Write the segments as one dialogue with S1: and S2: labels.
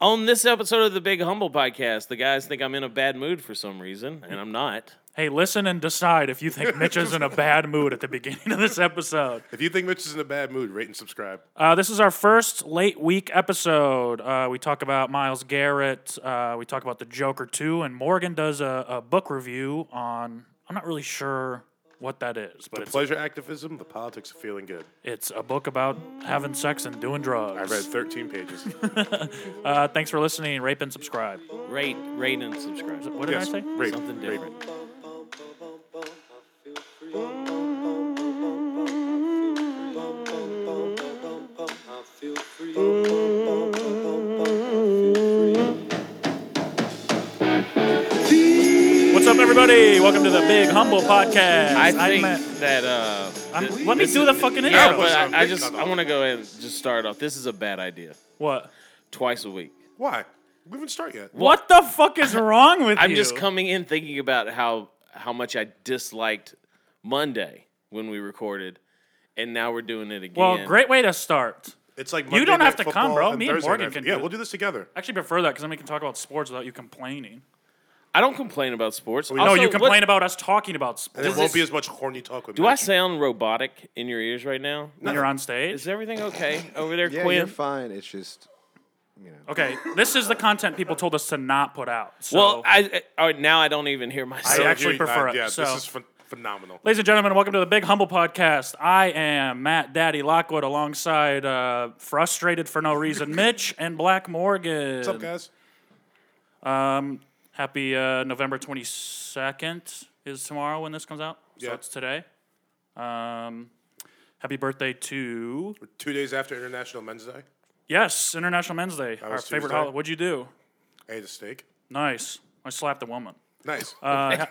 S1: On this episode of the Big Humble Podcast, the guys think I'm in a bad mood for some reason, and I'm not.
S2: Hey, listen and decide if you think Mitch is in a bad mood at the beginning of this episode.
S3: If you think Mitch is in a bad mood, rate and subscribe.
S2: Uh, this is our first late week episode. Uh, we talk about Miles Garrett. Uh, we talk about the Joker 2, and Morgan does a, a book review on. I'm not really sure what that is, but
S3: The
S2: it's,
S3: pleasure activism, the politics of feeling good.
S2: it's a book about having sex and doing
S3: I
S2: drugs.
S3: read 13 pages.
S2: Uh, thanks for listening. Rape and subscribe.
S1: Rate, rate, and subscribe.
S2: What did
S3: Yes,
S2: I say?
S3: rate,
S1: Something
S3: rate.
S1: different.
S4: feel free. Feel free.
S2: What's up, everybody? Welcome to the Big Humble Podcast.
S1: I
S2: I'm
S1: think
S2: Matt-
S1: that. Uh,
S2: I'm-
S1: th-
S2: let me
S1: this
S2: do
S1: is-
S2: the fucking intro.
S1: Yeah, but
S3: Sound
S1: I, I
S3: big
S1: just
S3: on
S1: I want to go ahead and just start off. This is a bad idea.
S2: what?
S1: Twice a week.
S3: Why? We didn't start yet.
S2: What the fuck is wrong with
S1: I'm
S2: you?
S1: just coming in thinking about how how much I disliked Monday when we recorded, and now we're doing it again.
S2: Well, great way to start.
S3: It's like
S2: You
S3: Monday
S2: don't
S3: Night
S2: have to come,
S3: Football
S2: bro.
S3: and
S2: Me and
S3: Thursday
S2: Morgan
S3: Night-
S2: can
S3: Yeah,
S2: do it.
S3: we'll do this together.
S2: I actually prefer that because then we can talk about sports without you complaining.
S1: I don't complain about sports.
S3: no,
S2: No,
S1: Also,
S2: you
S1: what-
S2: complain about us talking about sports
S3: And there
S1: Does
S3: won't
S1: this-
S3: be as much horny talk with
S1: Do
S3: Mitch.
S1: I sound robotic in your ears right now?
S2: when you're on stage.
S1: Is everything okay over there,
S5: Yeah,
S1: Quinn?
S5: you're fine. It's just
S2: Okay, this is the content people told us to not put out. So,
S1: Well, I, I oh, now I don't even hear
S2: I
S1: myself.
S3: So
S2: actually
S3: you- uh,
S2: prefer it,
S3: Yeah,
S2: so.
S3: this is phen- phenomenal.
S2: ladies and gentlemen, welcome to the Big Humble Podcast. I am Matt Daddy Lockwood alongside uh, Frustrated for No Reason Mitch and Black Morgan.
S3: What's up, guys?
S2: Happy uh, November 22nd is tomorrow when this comes out. So
S3: Yeah.
S2: it's today. Um, happy birthday to.
S3: We're two days after International Men's Day.
S2: Yes, International Men's Day. Our
S3: was
S2: favorite
S3: Tuesday.
S2: holiday. What'd you do?
S3: I ate a steak.
S2: Nice. I slapped a woman.
S3: Nice.
S2: Uh,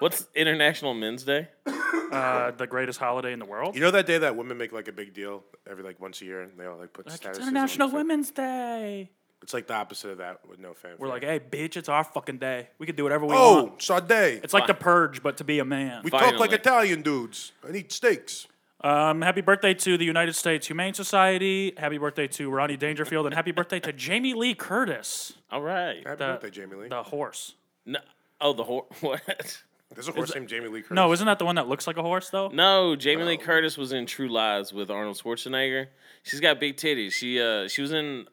S1: What's International Men's Day?
S2: Uh, the greatest holiday in the world.
S3: you know that day that women make like a big deal every like once a year and they all like put
S2: It's
S3: statuses on
S2: International
S3: it.
S2: Women's Day.
S3: It's like the opposite of that with no fanfare.
S2: We're like, hey, bitch, it's our fucking day. We can do whatever we
S3: oh,
S2: want.
S3: Sade.
S2: It's like the purge, but to be a man.
S3: We talk
S1: Finally.
S3: like Italian dudes and eat steaks.
S2: Um, happy birthday to the United States Humane Society. Happy birthday to Ronnie Dangerfield, and happy birthday to Jamie Lee Curtis,
S1: All right.
S3: Happy
S2: The-
S3: birthday, Jamie Lee.
S2: the horse.
S1: No, oh, the horse. What?
S3: There's a horse named Jamie Lee Curtis.
S2: No, isn't that the one that looks like a horse though?
S1: No, Jamie Lee Curtis was in True Lies with Arnold Schwarzenegger. She's got big titties. She uh she was in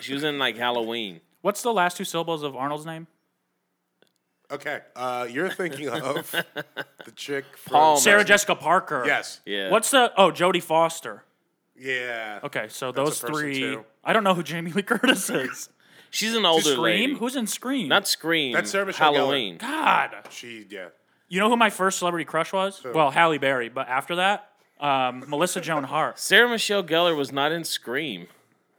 S1: she was in like Halloween.
S2: What's the last two syllables of Arnold's name?
S3: Okay, uh, you're thinking of the chick from
S1: Palmer.
S2: Sarah Jessica Parker.
S3: Yes.
S1: Yeah.
S2: What's the oh Jodie Foster?
S3: Yeah.
S2: Okay, so those
S3: That's a person,
S2: three.
S3: too.
S2: I don't know who Jamie Lee Curtis is.
S1: She's an older
S2: Scream?
S1: lady.
S2: Who's in Scream?
S1: Not Scream.
S3: That's Sarah Michelle
S1: Halloween.
S2: God.
S3: She. Yeah.
S2: You know who my first celebrity crush was? Well, Halle Berry, but after that, um, Melissa Joan Hart.
S1: Sarah Michelle Gellar was not in Scream.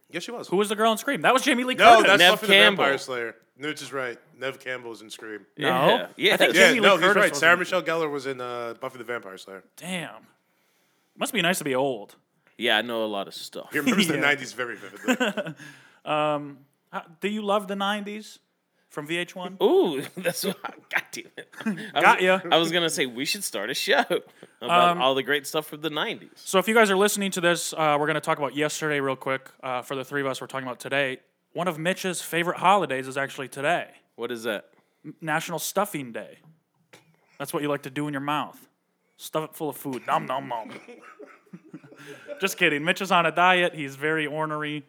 S3: Yes, she was.
S2: Who was the girl in Scream? That was Jamie Lee
S3: no,
S2: Curtis.
S3: that's
S1: Nev
S3: Buffy the
S1: Campbell.
S3: Vampire Slayer. Nooch is right. Nev Campbell is in Scream. Yeah.
S2: No.
S1: Yeah.
S2: I think
S1: yes.
S2: Jamie Lee
S3: no, he's
S2: Curtis
S3: right.
S2: was
S3: Sarah
S2: in-
S3: Michelle Gellar was in uh, Buffy the Vampire Slayer.
S2: Damn. Must be nice to be old.
S1: Yeah, I know a lot of stuff.
S3: He remembers the
S2: Yeah.
S3: '90s very vividly.
S2: How- do you love the '90s from VH1?
S1: Ooh, that's what God damn it. I
S2: Got
S1: was,
S2: ya. Um,
S1: I was gonna say we should start a show about all the great stuff from the '90s.
S2: So if you guys are listening to this, uh, we're going to talk about yesterday real quick. Uh, for the three of us, we're talking about today. One of Mitch's favorite holidays is actually today,
S1: What is that?
S2: National Stuffing Day. That's what you like to do in your mouth. Stuff it full of food. Nom nom nom. Just kidding. Mitch is on a diet. He's very ornery.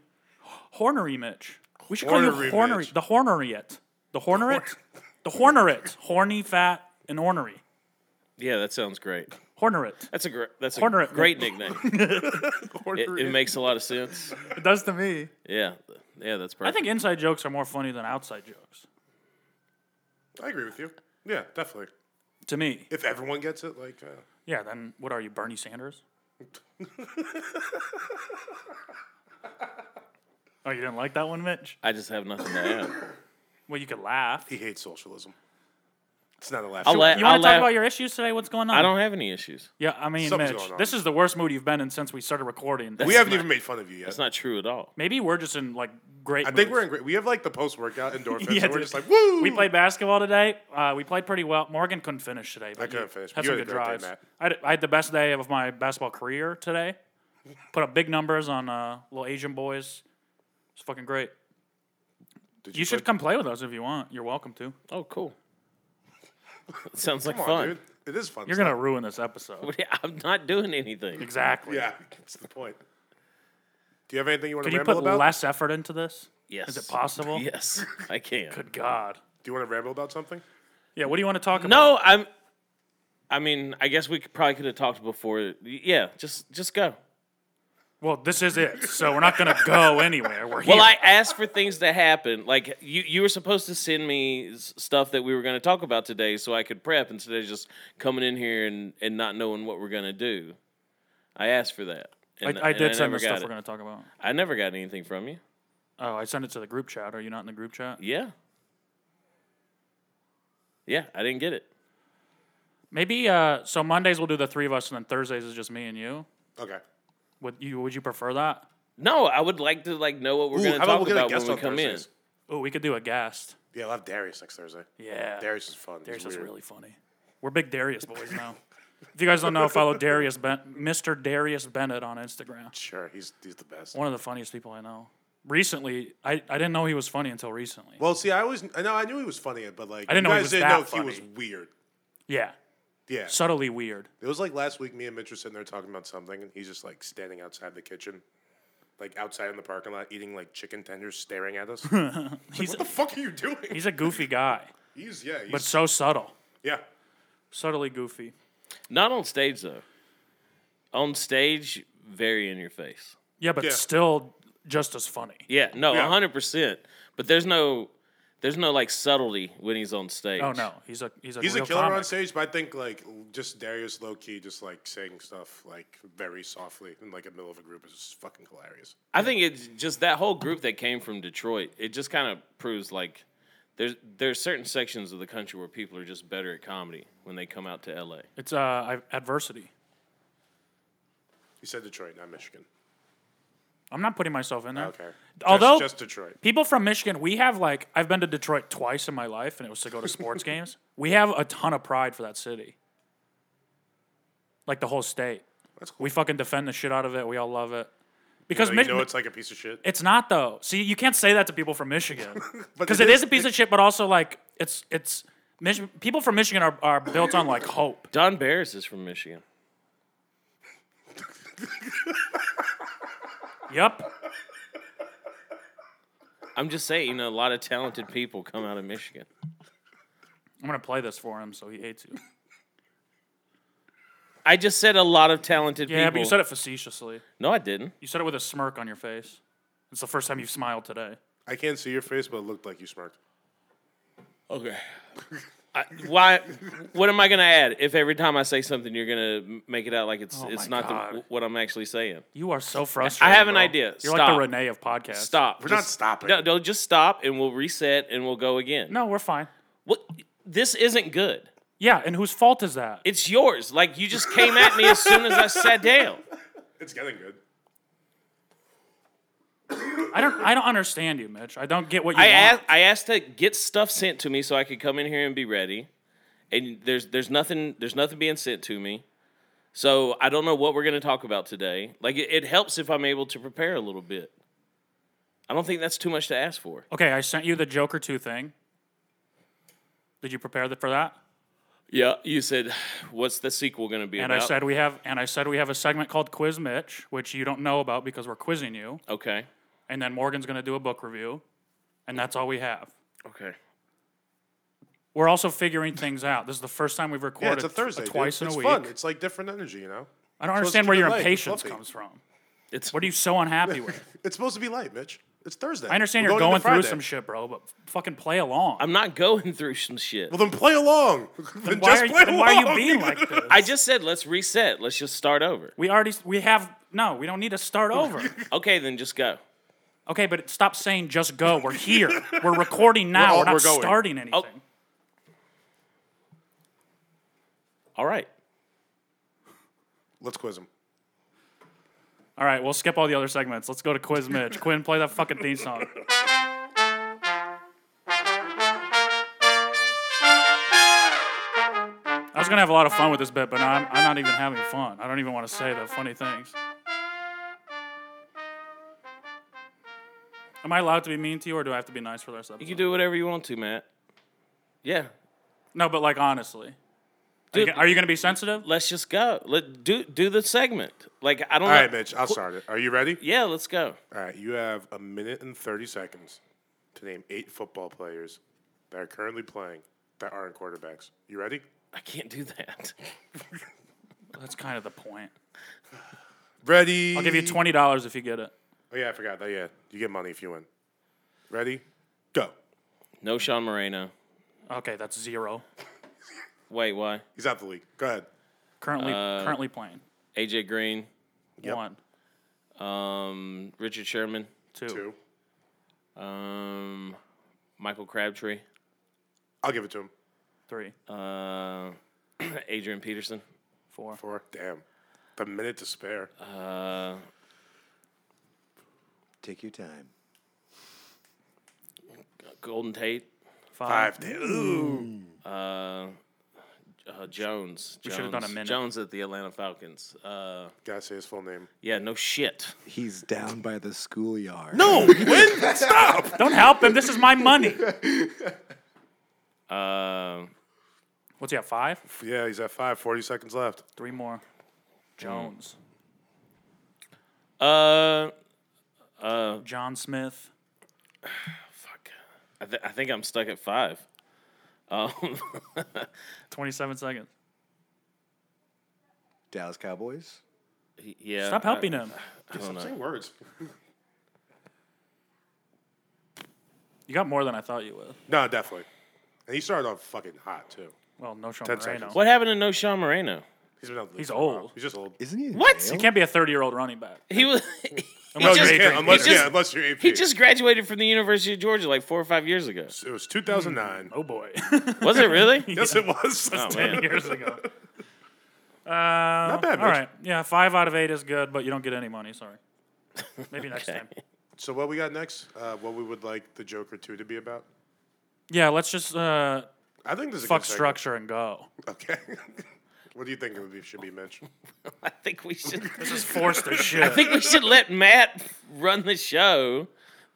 S2: Hornery Mitch. We should call
S3: Hornery
S2: you hornery.
S3: Mitch.
S2: The horneriet. The horneret. The horneret. Horny, fat, and ornery.
S1: Yeah, that sounds great.
S2: Horneret.
S1: That's a great. That's a
S2: Corner it.
S1: great nickname. it,
S3: Corner
S1: it makes a lot of sense.
S2: It does to me.
S1: Yeah, yeah, that's
S2: I
S1: perfect.
S2: think inside jokes are more funny than outside jokes.
S3: I agree with you. Yeah, definitely.
S2: To me.
S3: If everyone gets it, like, uh,
S2: Yeah, then what are you, Bernie Sanders? oh, you didn't like that one, Mitch?
S1: I just have nothing to add.
S2: Well, you could laugh.
S3: he hates socialism. It's not a laugh.
S1: I'll
S3: show.
S1: let-
S2: You want
S1: I'll
S2: to talk
S1: laugh.
S2: about your issues today? What's going on?
S1: I don't have any issues.
S2: Yeah, I mean,
S3: Something's
S2: Mitch,
S3: going on.
S2: this is the worst mood you've been in since we started recording.
S3: we haven't even made fun of you yet.
S1: It's not true at all.
S2: Maybe we're just in like great.
S3: I think we're in great. We have like the post-workout endorphins.
S2: Yeah,
S3: and we're
S2: dude.
S3: just like, woo.
S2: We played basketball today. Uh, we played pretty well. Morgan couldn't finish today. But
S3: I couldn't
S2: you
S3: finish,
S2: Had
S3: but you
S2: some
S3: had
S2: good
S3: a great day,
S2: drives.
S3: Matt.
S2: I had, I had the best day of my basketball career today. Put up big numbers on uh, little Asian boys. It's fucking great.
S3: Did
S2: You should
S3: play-
S2: come play with us if you want. You're welcome to.
S1: Oh, cool. Sounds like
S3: Come on,
S1: fun.
S3: dude. It is fun.
S2: You're
S3: stuff.
S2: gonna ruin this episode.
S1: What- I'm not doing anything.
S2: Exactly.
S3: Yeah, that's the point. Do you have anything you want
S2: Could
S3: to
S2: you
S3: ramble
S2: put
S3: about?
S2: less effort into this?
S1: Yes.
S2: Is it possible?
S1: Yes, I can.
S2: Good God.
S3: Do you want to ramble about something?
S2: Yeah. What do you want to talk about?
S1: No, I'm. I mean, I guess we could, probably could have talked before. Yeah, just just go.
S2: Well, this is it. So we're not gonna go anywhere. We're here.
S1: Well, I asked for things to happen. Like you, you were supposed to send me s- stuff that we were going to talk about today, so I could prep instead of just coming in here and, and not knowing what we're going to do. I asked for that. And,
S2: I, I
S1: and
S2: did send
S1: never
S2: the
S1: got
S2: stuff
S1: it.
S2: we're gonna talk about.
S1: I never got anything from you.
S2: Oh, I sent it to the group chat. Are you not in the group chat?
S1: Yeah. Yeah, I didn't get it.
S2: Maybe. Uh, so Mondays we'll do the three of us, and then Thursdays is just me and you.
S3: Okay.
S2: Would you Would you prefer that?
S1: No, I would like to like know what we're
S3: Ooh,
S1: going to
S3: how about
S1: talk
S3: we'll get a
S1: about when
S3: guest
S1: we
S3: on
S1: come
S3: Thursdays?
S2: Oh, we could do a guest.
S3: Yeah, I'll have Darius next Thursday.
S2: Yeah.
S3: Darius is fun.
S2: Darius
S3: He's
S2: is
S3: weird.
S2: really funny. We're big Darius boys now. if you guys don't know, follow Darius ben- Mr. Darius Bennett on Instagram.
S3: Sure, he's he's the best.
S2: One of the funniest people I know. Recently, I, I didn't know he was funny until recently.
S3: Well, see, I always I know I knew he was funny, but like
S2: I didn't
S3: you
S2: know he
S3: guys
S2: was
S3: didn't
S2: that
S3: know he was
S2: funny.
S3: weird.
S2: yeah,
S3: Yeah,
S2: subtly weird.
S3: it was like last week. Me and Mitch were sitting there talking about something, and he's just like standing outside the kitchen, like outside in the parking lot, eating like chicken tenders, staring at us. Like,
S2: He's
S3: what the fuck are you doing?
S2: he's a goofy guy,
S3: He's yeah, he's,
S2: but so subtle,
S3: yeah.
S2: subtly goofy.
S1: Not on stage though. On stage, very in your face.
S2: Yeah, but
S3: Yeah.
S2: still just as funny.
S1: Yeah, no,
S3: Yeah.
S1: hundred percent. But there's no, there's no like subtlety when he's on stage.
S2: Oh no, he's a he's a
S3: He's
S2: real
S3: a killer
S2: comic.
S3: on stage, but I think like just Darius low key, just like saying stuff like very softly in like the middle of a group is just fucking hilarious.
S1: I think it's just that whole group that came from Detroit. It just kind of proves like there's there's certain sections of the country where people are just better at comedy when they come out to LA.
S2: It's uh I- adversity.
S3: He said Detroit, not Michigan.
S2: I'm not putting myself in there.
S3: Okay, Just-
S2: Although-
S3: just, Detroit.
S2: People from Michigan, we have like I've been to Detroit twice in my life, and it was to go to sports games. We have a ton of pride for that city, like the whole state.
S3: That's cool.
S2: We fucking defend the shit out of it. We all love it because
S3: Like,
S2: Mich-
S3: you know it's like a piece of shit.
S2: it's not though. See, you can't say that to people from Michigan
S3: But
S2: because it is a piece of shit, but also like it's it's Mich- people from Michigan are, are built on like hope.
S1: Don Barris is from Michigan.
S2: Yep.
S1: I'm just saying, you know, a lot of talented people come out of Michigan.
S2: I'm gonna play this for him so he hates you.
S1: I just said a lot of talented
S2: Yeah,
S1: people.
S2: but you said it facetiously.
S1: no, I didn't.
S2: You said it with a smirk on your face. It's the first time you've smiled today.
S3: I can't see your face, but it looked like you smirked.
S1: Okay. I, why? What am I gonna add? If every time I say something, you're gonna m- make it out like it's it's
S2: my
S1: not the,
S2: God.
S1: what I'm actually saying.
S2: You are so frustrated.
S1: I have an
S2: bro.
S1: idea.
S2: You're like the
S1: Stop.
S2: Renee of podcasts.
S1: Stop.
S3: We're not stopping.
S1: No, no, just stop and we'll reset and we'll go again.
S2: No, we're fine.
S1: What? This isn't good.
S2: Yeah, and whose fault is that?
S1: It's yours. Like you just came at me as soon as I sat down.
S3: It's getting good.
S2: I don't. I don't understand you, Mitch. I don't get what you
S1: I
S2: want.
S1: asked. I asked to get stuff sent to me so I could come in here and be ready. And there's there's nothing there's nothing being sent to me. So I don't know what we're gonna talk about today. Like it, it helps if I'm able to prepare a little bit. I don't think that's too much to ask for.
S2: Okay, I sent you the Joker two thing. Did you prepare th- for that?
S1: Yeah, you said, what's the sequel gonna be
S2: And
S1: about?
S2: I said we have. And I said we have a segment called Quiz Mitch, which you don't know about because we're quizzing you.
S1: okay,
S2: And then Morgan's going to do a book review, and that's all we have.
S1: okay.
S2: We're also figuring things out. This is the first time we've recorded
S3: Yeah, it's a
S2: t-
S3: Thursday. dude.
S2: twice in
S3: it's
S2: a week.
S3: fun. It's like different energy, you know.
S2: I don't
S3: It's supposed to
S2: understand where
S3: be
S2: your
S3: light and
S2: impatience
S3: fluffy.
S2: comes from.
S1: It's
S2: What are you so unhappy with?
S3: It's supposed to be light, Mitch. It's Thursday.
S2: I understand
S3: We're
S2: you're going,
S3: into
S2: through
S3: Friday.
S2: some shit, bro, but fucking play along.
S1: I'm not going through some shit.
S3: Well, then play along. Then
S2: why,
S3: just
S2: are you,
S3: play
S2: then why are
S3: along.
S2: you being like this?
S1: I just said let's reset. Let's just start over.
S2: We already we have no. We don't need to start over.
S1: Okay, then just go.
S2: okay, but stop saying just go. We're here. We're recording now.
S3: all-
S2: We're, not
S3: we're going.
S2: starting anything.
S1: All right.
S3: Let's quiz him.
S2: All right, we'll skip all the other segments. Let's go to Quiz Mitch. Quinn, play that fucking theme song. I was gonna have a lot of fun with this bit, but now I'm, I'm not even having fun. I don't even want to say the funny things. Am I allowed to be mean to you, or do I have to be nice for the rest of the
S1: You
S2: episode?
S1: can do whatever you want to, Matt. Yeah.
S2: No, but like honestly,
S1: Dude,
S2: are you going to be sensitive?
S1: let's just go. Let do do the segment. Like I don't
S3: All
S1: know.
S3: right, Mitch, I'll start it. Are you ready?
S1: Yeah, let's go.
S3: All right, you have a minute and 30 seconds to name eight football players that are currently playing that aren't quarterbacks. You ready?
S1: I can't do that.
S2: That's kind of the point.
S3: Ready.
S2: I'll give you twenty dollars if you get it.
S3: Oh, yeah, I forgot that. Yeah, you get money if you win. Ready? Go.
S1: No Sean Moreno.
S2: Okay, that's zero.
S1: Wait, why?
S3: He's out the league. Go ahead.
S2: Currently,
S1: Uh,
S2: currently playing
S1: AJ Green.
S3: Yep.
S2: one,
S1: Um, Richard Sherman.
S2: two.
S3: Two.
S1: Um, Michael Crabtree.
S3: I'll give it to him.
S2: three,
S1: Uh, Adrian Peterson.
S2: four.
S3: Four. Damn. The minute to spare.
S1: Uh,
S5: Take your time.
S1: Golden Tate.
S2: five.
S3: Five. Damn. Ooh.
S1: Uh, uh, Jones.
S2: We
S1: Jones.
S2: should've done a minute.
S1: Jones at the Atlanta Falcons. Uh,
S3: Gotta say his full name.
S1: yeah, no shit.
S5: He's down by the schoolyard.
S3: No! Win! Stop!
S2: Don't help him. This is my money.
S1: Uh,
S2: What's he at? Five?
S3: Yeah, he's at five. 40 seconds left.
S2: Three more.
S1: Hmm.
S2: Jones.
S1: uh,
S2: John Smith.
S1: fuck. I, th- I think I'm stuck at five. Um,
S2: 27 seconds.
S5: Dallas Cowboys.
S1: yeah.
S2: Stop helping him.
S1: I, I don't know.
S3: Same words.
S2: You got more than I thought you would.
S3: No, definitely. And he started off fucking hot, too.
S2: Well, no Sean
S3: Ten
S2: Moreno.
S3: seconds.
S1: What happened to No Sean Moreno?
S3: He's been out the league
S2: He's
S3: for a while.
S2: old.
S3: He's just old.
S5: Isn't he? in
S1: What?
S5: jail?
S1: You
S2: He can't be a 30 year old running back.
S1: He was. he
S2: Unless
S1: just-
S2: you're
S3: Yeah,
S2: Adrian
S3: unless,
S1: Peterson.
S3: yeah, unless you're AP.
S1: He just graduated from the University of Georgia like four or five years ago.
S3: It was 2009.
S2: Oh boy.
S1: Was it really?
S3: Yes, it was.
S1: Oh, man.
S2: Years ago. Um,
S3: Not bad,
S2: All
S3: Mitch.
S2: right. Yeah, five out of eight is good, but you don't get any money. Sorry. Maybe next time.
S3: So what we got next? Uh, what we would like the Joker two to be about?
S2: Yeah, let's just uh,
S3: I think this is
S2: fuck
S3: a good
S2: structure and go.
S3: segment. Okay. what do you think it would be, should be, Mitch?
S1: I think we should.
S2: This is forced as shit.
S1: I think we should let Matt run the show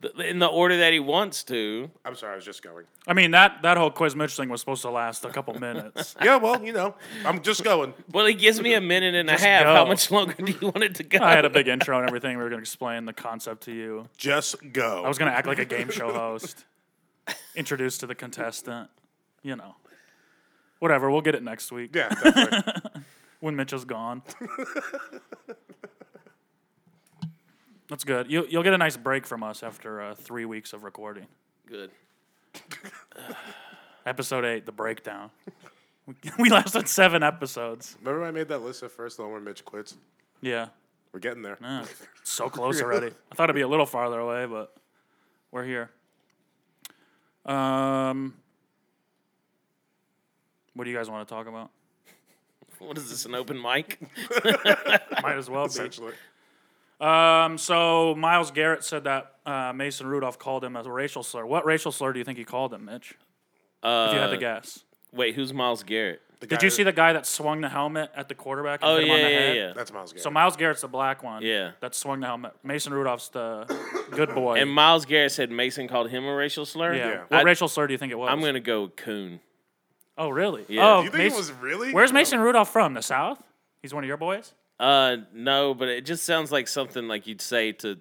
S1: th- in the order that he wants to.
S3: I'm sorry, I was just going.
S2: I mean, that, that whole Quiz Mitch thing was supposed to last a couple minutes.
S3: Yeah, well, you know, I'm just going.
S1: Well, he gives me a minute and a half.
S2: go.
S1: How much longer do you want it to go?
S2: I had a big intro and everything. We were going to explain the concept to you.
S3: Just go.
S2: I was gonna act like a game show host, introduced to the contestant. You know, whatever. We'll get it next week
S3: yeah, definitely.
S2: when Mitchell's gone. That's good. You, you'll get a nice break from us after uh, three weeks of recording.
S1: Good.
S2: Episode eight, the breakdown. we lasted seven episodes.
S3: Remember when I made that list at first, the one where Mitch quits?
S2: Yeah,
S3: We're getting there.
S2: Yeah. so close already. I thought it'd be a little farther away, but we're here. Um, what do you guys want to talk about?
S1: What is this? An open mic?
S2: Might as well be.
S3: Essentially,
S2: Um, so Miles Garrett said that uh, Mason Rudolph called him a racial slur. What racial slur do you think he called him, Mitch?
S1: Uh,
S2: If you had to guess.
S1: Wait, who's Miles Garrett?
S3: The
S2: Did
S3: guy
S2: you
S3: that-
S2: see the guy that swung the helmet at the quarterback? And
S1: Oh
S2: hit him on
S1: yeah,
S2: the
S1: yeah,
S2: head?
S1: yeah.
S3: That's Miles Garrett.
S2: So Miles Garrett's the black one.
S1: Yeah.
S2: That swung the helmet. Mason Rudolph's the good boy.
S1: And Miles Garrett said Mason called him a racial slur.
S2: yeah.
S3: Yeah.
S2: What
S1: I-
S2: racial slur do you think it was?
S1: I'm gonna go with coon.
S2: Oh really?
S1: Yeah.
S2: Oh,
S1: Do
S3: you think it
S2: Mason-
S3: was really?
S2: Where's Mason Rudolph from? The South? He's one of your boys?
S1: Uh, no, but it just sounds like something like you'd say to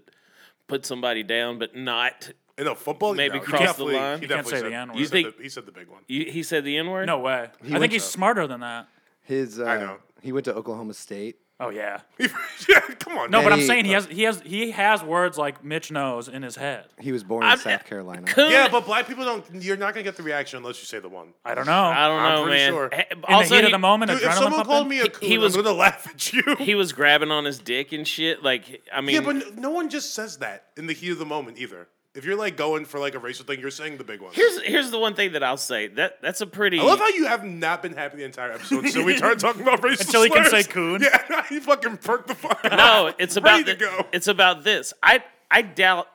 S1: put somebody down, but not.
S3: In a football?
S1: Maybe
S3: No, he
S1: cross the
S3: definitely-
S1: line?
S3: He
S1: You
S2: can't
S3: definitely
S2: say
S3: said,
S2: the N-word.
S3: he
S1: You
S3: said
S1: think-
S3: the- he said the big one.
S1: You, he said the N word.
S2: No way. I
S5: went
S2: think he's
S5: to-
S2: smarter than that.
S5: His. Uh,
S3: know.
S5: He went to Oklahoma State.
S2: Oh yeah.
S3: yeah, come on.
S2: No,
S3: man.
S2: but I'm
S5: Hey,
S2: saying he has he has he has words like Mitch knows in his head.
S5: He was born
S1: I'm-
S5: in South Carolina.
S1: Coon.
S3: Yeah, but black people don't. You're not gonna get the reaction unless you say the one.
S2: I don't know.
S1: I don't
S3: I'm
S1: know,
S3: pretty
S1: man.
S3: sure.
S1: Eh,
S2: in
S1: Also,
S2: the heat
S1: he,
S2: of the moment,
S3: Dude,
S2: adrenaline
S3: if someone
S2: pumping?
S3: called me a
S1: He-
S3: coon,
S1: he was-
S3: I'm gonna laugh at you.
S1: he was grabbing on his dick and shit. Like, I mean,
S3: yeah, but n- no one just says that in the heat of the moment either. If you're like going for like a racial thing, you're saying the big one.
S1: here's here's the one thing that I'll say that that's a pretty.
S3: I love how you have not been happy the entire episode, so we started talking about racial
S2: Until he can
S3: slurs.
S2: say coon.
S3: Yeah, he fucking perked the fuck up.
S1: no, it's about
S3: Ready to
S1: thi-
S3: go.
S1: it's about this. I I doubt.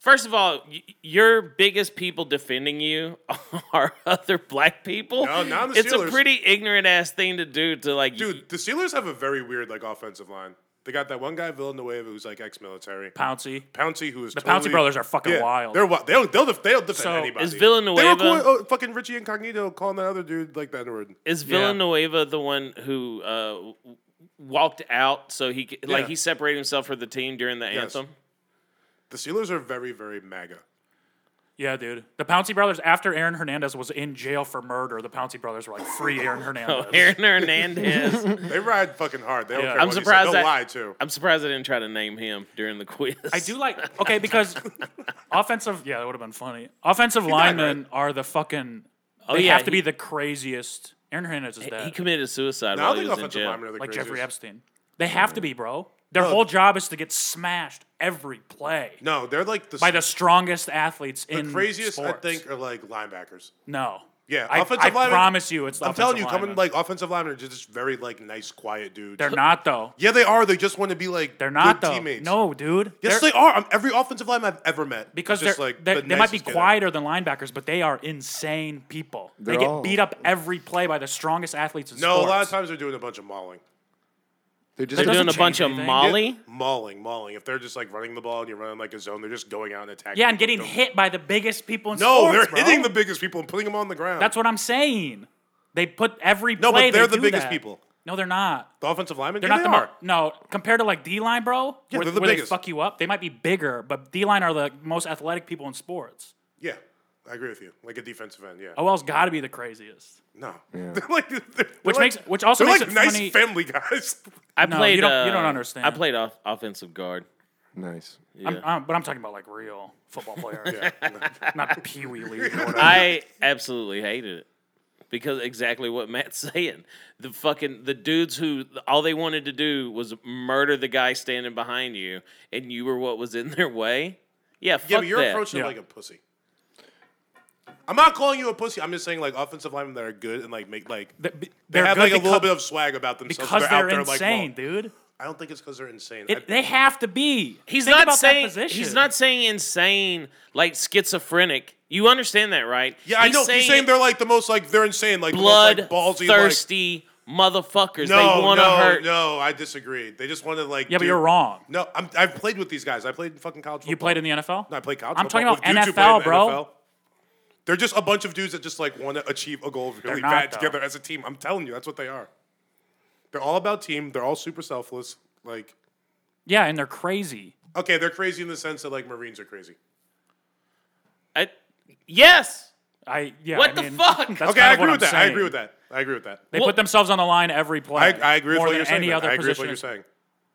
S1: First of all, y- your biggest people defending you are other black people.
S3: No, not the
S1: it's a
S3: Steelers.
S1: pretty ignorant ass thing to do. To like,
S3: Dude, the Steelers have a very weird like offensive line. They got that one guy Villanueva who's like ex-military.
S2: Pouncy.
S3: Pouncey, who is the
S2: Pouncey brothers are fucking wild.
S3: They're wild. They'll they'll, def- they'll defend
S2: So,
S3: anybody.
S1: is Villanueva-
S3: They were calling, oh, fucking Richie Incognito calling that other dude like that word.
S1: Is Villanueva the one who uh, w- walked out so he c- like
S3: Yeah.
S1: he separated himself from the team during the
S3: Yes.
S1: anthem?
S3: The Steelers are very very MAGA.
S2: Yeah, dude. The Pouncy brothers, after Aaron Hernandez was in jail for murder, the Pouncy brothers were like, free Aaron Hernandez.
S1: Oh, Aaron Hernandez.
S3: They ride fucking hard. They don't
S2: Yeah.
S3: care
S2: I'm
S3: what he said.
S1: surprised
S3: They'll
S1: that-
S3: lie too.
S1: I'm surprised I didn't try to name him during the quiz.
S2: I do like okay because offensive yeah that would have been funny. Offensive linemen are the fucking
S1: Oh,
S2: they
S1: yeah,
S2: have to
S1: he-
S2: be the craziest. Aaron Hernandez is
S1: He
S2: dead,
S1: committed suicide
S3: No, I
S1: while
S3: don't
S1: he
S3: think
S1: was in
S3: offensive
S1: jail.
S3: linemen are the
S2: like
S3: craziest.
S2: Jeffrey Epstein. They have to be, bro. Their whole job is to get smashed every play
S3: No, they're like the,
S2: by the strongest athletes
S3: the
S2: in
S3: craziest.
S2: sports.
S3: I think are like linebackers.
S2: no.
S3: Yeah,
S2: I,
S3: offensive
S2: I
S3: linemen-
S2: promise you, it's. the
S3: I'm telling
S2: offensive
S3: you, coming
S2: linemen.
S3: like offensive linemen are just very like nice, quiet dudes.
S2: they're not though.
S3: yeah, they are. They just want to be like
S2: They're not
S3: good
S2: though.
S3: teammates.
S2: No, dude.
S3: yes,
S2: They're-
S3: they are. Um, every offensive lineman I've ever met
S2: because
S3: is just
S2: they're,
S3: like
S2: they're-
S3: the
S2: they might be
S3: nicest kid.
S2: quieter than linebackers, but they are insane people.
S5: They're
S2: they get
S5: all-
S2: beat up every play by the strongest athletes in
S3: No,
S2: sports.
S3: a lot of times they're doing a bunch of mauling.
S5: They're
S1: They're
S5: just
S2: That
S1: doing a
S2: doesn't
S1: bunch
S2: change
S1: of
S2: anything.
S3: Yeah,
S1: Molly.
S3: mauling, mauling. If they're just like running the ball and you're running like a zone, they're just going out and attacking.
S2: yeah, and
S3: people.
S2: getting hit by the biggest people in
S3: No,
S2: sports.
S3: they're
S2: bro.
S3: hitting the biggest people and putting them on the ground.
S2: That's what I'm saying. They put every
S3: No, but
S2: play, they
S3: they're the
S2: do
S3: biggest
S2: that.
S3: people.
S2: No, they're not.
S3: the offensive linemen.
S2: They're
S3: yeah,
S2: not
S3: they
S2: the mo-
S3: are.
S2: no compared to like D line, bro.
S3: Yeah,
S2: where,
S3: they're the
S2: where
S3: biggest.
S2: they fuck you up. They might be bigger, but D line are the most athletic people in sports.
S3: Yeah, I agree with you. Like a defensive end. Yeah.
S2: OL's got to be the craziest.
S3: No. They're like, they're,
S2: Which
S3: like-
S2: makes- which also
S3: they're
S2: makes
S3: like
S2: it
S3: nice
S2: funny-
S3: family guys.
S1: I
S2: No,
S1: played.
S2: you don't-
S1: uh,
S2: you don't understand.
S1: I played off offensive guard.
S5: nice.
S2: I'm, I'm, but I'm talking about like real football players,
S3: yeah. no.
S2: not pee wee league. Or whatever.
S1: I absolutely hated it because exactly what Matt's saying. The fucking the dudes who all they wanted to do was murder the guy standing behind you, and you were what was in their way. Yeah, fuck
S3: Yeah, but you're
S1: that.
S3: approaching
S2: Yeah.
S3: like a pussy. I'm not calling you a pussy. I'm just saying like offensive linemen that are good and like make like
S2: Th- be-
S3: they
S2: they're
S3: have
S2: good
S3: like a little
S2: becau-
S3: bit of swag about themselves.
S2: because
S3: they're,
S2: they're,
S3: out there
S2: insane,
S3: like, well,
S2: dude.
S3: I don't think it's because they're insane. I-
S2: It, they have to be.
S1: He's
S2: Think
S1: not
S2: about that
S1: saying
S2: position.
S1: he's not saying insane like schizophrenic. You understand that, right?
S3: yeah, I
S1: He's
S3: know.
S1: Saying
S3: He's saying they're like the most like they're insane, like the most,
S1: blood
S3: like, ballsy, like,
S1: thirsty motherfuckers. they want to
S3: no,
S1: hurt.
S3: No, I disagree. They just want to like.
S2: Yeah, but
S3: do-
S2: you're wrong.
S3: No, I'm, I've played with these guys. I played in fucking college. Football.
S2: You played in the NFL.
S3: No, I played college.
S2: I'm
S3: football
S2: talking about
S3: with dudes who played
S2: NFL,
S3: in the
S2: bro.
S3: NFL. They're just a bunch of dudes that just like want to achieve a goal really
S2: not,
S3: bad
S2: though.
S3: together as a team. I'm telling you, that's what they are. They're all about team. They're all super selfless. Like,
S2: Yeah, and they're crazy.
S3: okay, they're crazy in the sense that like Marines are crazy.
S1: I, yes.
S2: I yeah.
S1: What
S2: I
S1: the
S2: mean,
S1: fuck?
S2: That's
S3: Okay,
S2: kind
S3: I
S2: of what
S3: agree with
S2: I'm
S3: that. I agree
S2: saying.
S3: with that. I agree with that.
S2: They
S1: Well-
S2: put themselves on the line every play.
S3: I, I agree with
S2: more
S3: what
S2: than
S3: you're saying.
S2: any
S3: though.
S2: other
S3: I agree with what
S2: position.
S3: you're saying.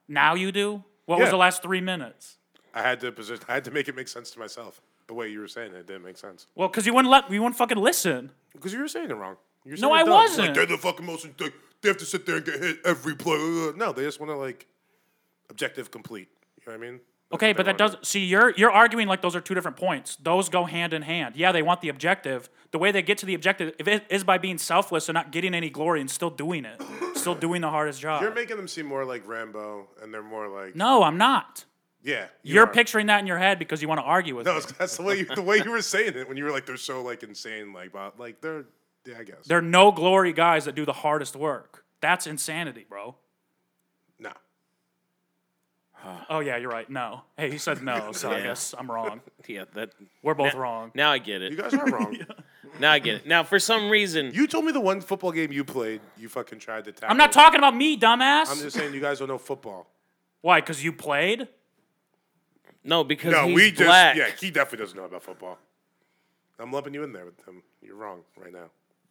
S2: Now you do. What was
S3: Yeah.
S2: the last three minutes?
S3: I had to position. I had to make it make sense to myself. The way you were saying it, it didn't make sense
S2: Well, because you wouldn't let you wouldn't fucking listen.
S3: because you were saying it wrong. You were
S2: No,
S3: saying it
S2: I
S3: dumb. It's
S2: wasn't.
S3: Like, they're the fucking most. They, they have to sit there and get hit every play. No, they just want to like objective complete. You know what I mean? That's
S2: Okay,
S3: what
S2: but
S3: they
S2: that
S3: wanna do.
S2: doesn't see you're you're arguing like those are two different points. Those go hand in hand. Yeah, they want the objective. The way they get to the objective if it is by being selfless and not getting any glory and still doing it, still doing the hardest job.
S3: You're making them seem more like Rambo, and they're more like
S2: no, I'm not.
S3: yeah. you
S2: You're
S3: are.
S2: picturing that in your head because you want to argue with
S3: No,
S2: me.
S3: it's- that's the way you, the way you were saying it when you were like they're so like insane like but like they're yeah I guess
S2: There are no glory guys that do the hardest work. That's insanity, bro.
S3: no.
S2: Oh yeah, you're right. No. Hey, he said no, so I guess I'm wrong.
S1: Yeah, that.
S2: We're both wrong.
S1: Now I get it.
S3: You guys are wrong.
S1: Now I get it. Now for some reason,
S3: You told me the one football game you played, you fucking tried to tackle.
S2: I'm not talking about me, dumbass.
S3: I'm just saying you guys don't know football.
S2: Why? Because you played?
S1: no, because
S3: No,
S1: he's
S3: we just
S1: black.
S3: yeah. He definitely doesn't know about football. I'm lumping you in there with him. You're wrong right now,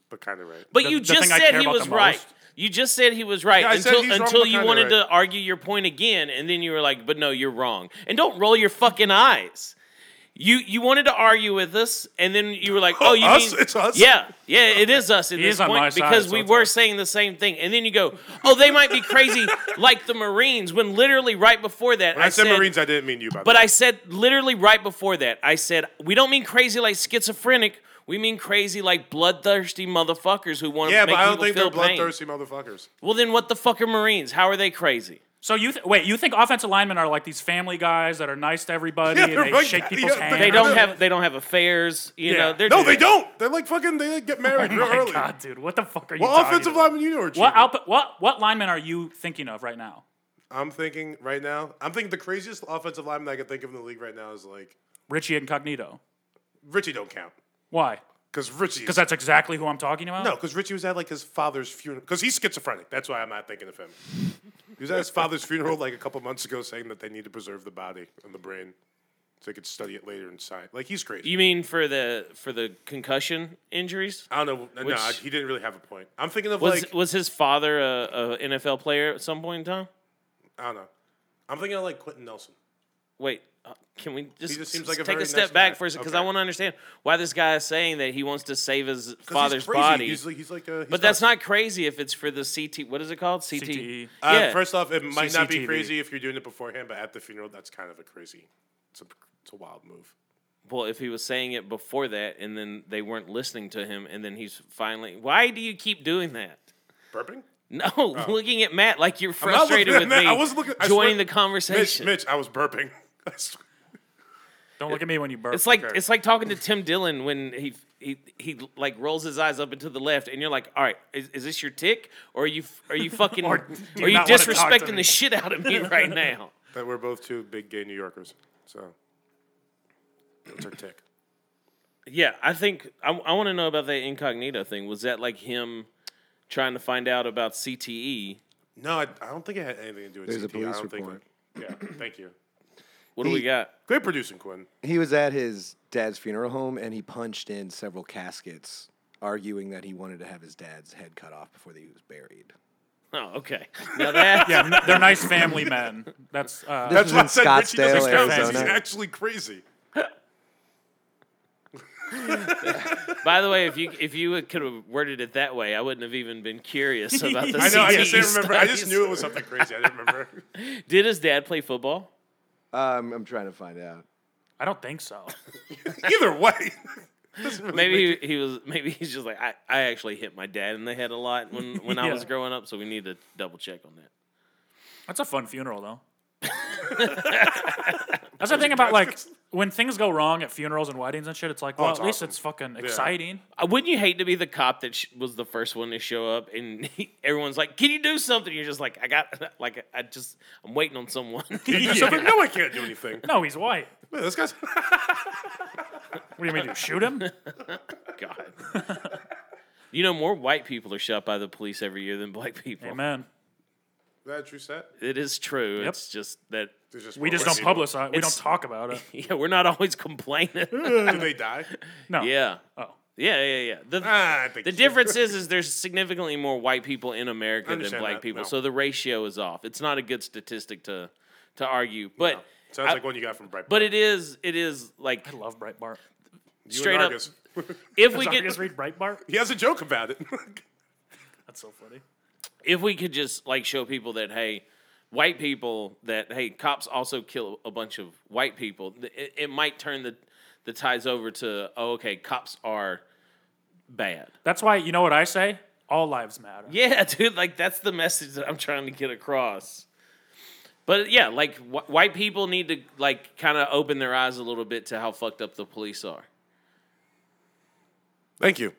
S3: but kind of right.
S1: But
S2: The-
S1: you
S2: the
S1: just
S2: thing I
S1: said
S2: care
S1: he
S2: about the
S1: was right.
S2: most-
S1: You just said he was right
S3: Yeah, I said
S1: until
S3: he's wrong,
S1: until
S3: but
S1: you
S3: kinda
S1: wanted
S3: right.
S1: to argue your point again, and then you were like, "But no, you're wrong." And don't roll your fucking eyes. You you wanted to argue with us, and then you were like, "Oh, you
S3: Us?
S1: mean
S3: It's us?
S1: Yeah, yeah, it is us at
S2: He
S1: this
S2: is on my
S1: point
S2: side,
S1: because
S2: so
S1: we
S2: it's
S1: were
S2: us.
S1: saying the same thing." And then you go, "Oh, they might be crazy like the Marines." When literally right before that,
S3: When I, said, Marines. I didn't mean you. By
S1: But
S3: the way.
S1: I said literally right before that, I said we don't mean crazy like schizophrenic. We mean crazy like bloodthirsty motherfuckers who want to
S3: yeah,
S1: make
S3: but I don't
S1: people
S3: think
S1: feel
S3: they're
S1: pain.
S3: bloodthirsty motherfuckers.
S1: Well, then what the fuck are Marines? How are they crazy?
S2: So you th- wait, you think offensive linemen are like these family guys that are nice to everybody
S3: Yeah,
S2: and
S3: they're
S2: they
S3: like-
S2: shake
S3: yeah,
S2: people's
S3: they're-
S2: hands? Oh
S1: They don't have they don't have affairs. You know,
S2: Yeah.
S1: they're
S3: No,
S1: just-
S3: they don't. They're like fucking. They like, get married real
S2: Oh my
S3: early.
S2: God, dude, what the fuck are you?
S3: What
S2: talking
S3: offensive
S2: about?
S3: lineman you know? are
S2: What
S3: cheating?
S2: output? What what linemen are you thinking of right now?
S3: I'm thinking right now. I'm thinking the craziest offensive lineman I can think of in the league right now is like
S2: Richie Incognito.
S3: Richie. Don't count
S2: Why?
S3: because Richie.
S2: Because that's exactly who I'm talking about.
S3: no, because Richie was at like his father's funeral. Because he's schizophrenic. That's why I'm not thinking of him. He was at his father's funeral like a couple months ago, saying that they need to preserve the body and the brain so they could study it later in science. Like he's crazy.
S1: You mean for the for the concussion injuries?
S3: I don't know.
S1: Which-
S3: no, he didn't really have a point. I'm thinking of
S1: Was
S3: like
S1: was his father a, a NFL player at some point in time?
S3: I don't know. I'm thinking of like Quentin Nelson.
S1: Wait, uh, can we just,
S3: just
S1: s-
S3: seems like a
S1: take
S3: very
S1: a step
S3: nice
S1: back
S3: guy.
S1: for a second? Because I
S3: Okay.
S1: want to understand why this guy is saying that he wants to save his
S3: 'Cause he's
S1: father's
S3: crazy.
S1: body.
S3: He's, like- he's like a. he's
S1: but that's not crazy if it's for the CT. What is it called? CT.
S2: CTE.
S3: Uh,
S1: yeah.
S3: First off, it might not be
S2: CCTV.
S3: crazy if you're doing it beforehand, but at the funeral, that's kind of a crazy. It's a, it's a wild move.
S1: Well, if he was saying it before that, and then they weren't listening to him, and then he's finally. Why do you keep doing that?
S3: Burping?
S1: No, looking at Matt like you're
S3: Oh. not looking
S1: frustrated
S3: at
S1: with
S3: Matt.
S1: me.
S3: I was looking- I
S1: joining
S3: swear-
S1: the
S3: Mitch,
S1: conversation.
S3: Mitch, I was burping. I swear.
S2: Don't look at me when you burp.
S1: It's like
S3: Okay.
S1: it's like talking to Tim Dillon when he he he like rolls his eyes up and to the left, and you're like, all right, is, is this your tick, or are you are you fucking
S2: Or
S1: are
S2: do you
S1: you
S2: not wanna talk to
S1: disrespecting
S2: me?
S1: the shit out of me right now?
S3: But we're both two big gay New Yorkers, so it's our tick.
S1: Yeah, I think I, I want to know about that incognito thing. Was that like him trying to find out about E? CTE?
S3: No, I, I don't think it had anything to do with
S5: There's
S3: CTE.
S5: a
S3: I
S5: police
S3: don't
S5: report.
S3: Think that, yeah, thank you.
S1: What do we
S5: He-
S1: got?
S3: Great producing, Quinn.
S5: He was at his dad's funeral home and he punched in several caskets, arguing that he wanted to have his dad's head cut off before he was buried.
S1: Oh, okay. Now that
S2: yeah, n- they're nice family men. That's uh,
S5: This
S3: That's why I
S5: was in
S3: said Richie doesn't
S5: Scottsdale,
S3: count. He's
S5: Arizona.
S3: actually crazy.
S1: by the way, if you if you could have worded it that way, I wouldn't have even been curious about the
S2: I
S3: I know. I
S1: CTE
S3: just didn't remember. I just
S1: studies.
S3: knew it was something crazy. I didn't remember.
S1: Did his dad play football?
S5: Um, I'm trying to find out.
S2: I don't think so.
S3: Either way, doesn't really make
S1: Maybe he, he was. Maybe he's just like I, I. actually hit my dad in the head a lot when when I
S2: Yeah.
S1: was growing up. So we need to double check on that.
S2: That's a fun funeral though. That's the thing about like when things go wrong at funerals and weddings and shit. It's like, well,
S3: it's
S2: at least
S3: awesome.
S2: it's fucking exciting.
S1: Uh, Wouldn't you hate to be the cop that sh- was the first one to show up and he, everyone's like, "Can you do something?" You're just like, "I got like I just I'm waiting on someone."
S3: Yeah. So, but no, I can't do anything.
S2: No, he's white.
S3: Man, this guy's.
S2: What do you mean? You shoot him?
S1: God. You know, more white people are shot by the police every year than black people.
S2: Amen.
S3: that true set?
S1: It is true. It's just that
S3: There's just
S2: We
S3: more
S2: just
S3: white
S2: don't
S3: people.
S2: publicize. We don't
S1: It's-
S2: talk about it.
S1: yeah, we're not always complaining.
S3: Do they die?
S2: No.
S1: yeah.
S2: Oh.
S1: Yeah, yeah, yeah. The,
S3: Ah, I think
S1: The
S3: so.
S1: difference is, is there's significantly more white people in America than
S3: Understand
S1: black
S3: that,
S1: people,
S3: no.
S1: so the ratio is off. It's not a good statistic to to argue, but
S3: Sounds
S1: I-
S3: like one you got from Bright.
S1: but it is it is like
S2: I love Breitbart.
S1: straight up. If we
S2: Sorry, you
S1: could
S2: guys read Breitbart?
S3: he has a joke about it.
S2: That's so funny.
S1: if we could just like show people that hey, white people that hey cops also kill a bunch of white people, th- it, it might turn the the tides over to oh okay cops are bad.
S2: That's why you know what I say. All lives matter.
S1: Yeah, dude, like that's the message that I'm trying to get across. But yeah, like wh- white people need to like kind of open their eyes a little bit to how fucked up the police are.
S3: Thank you.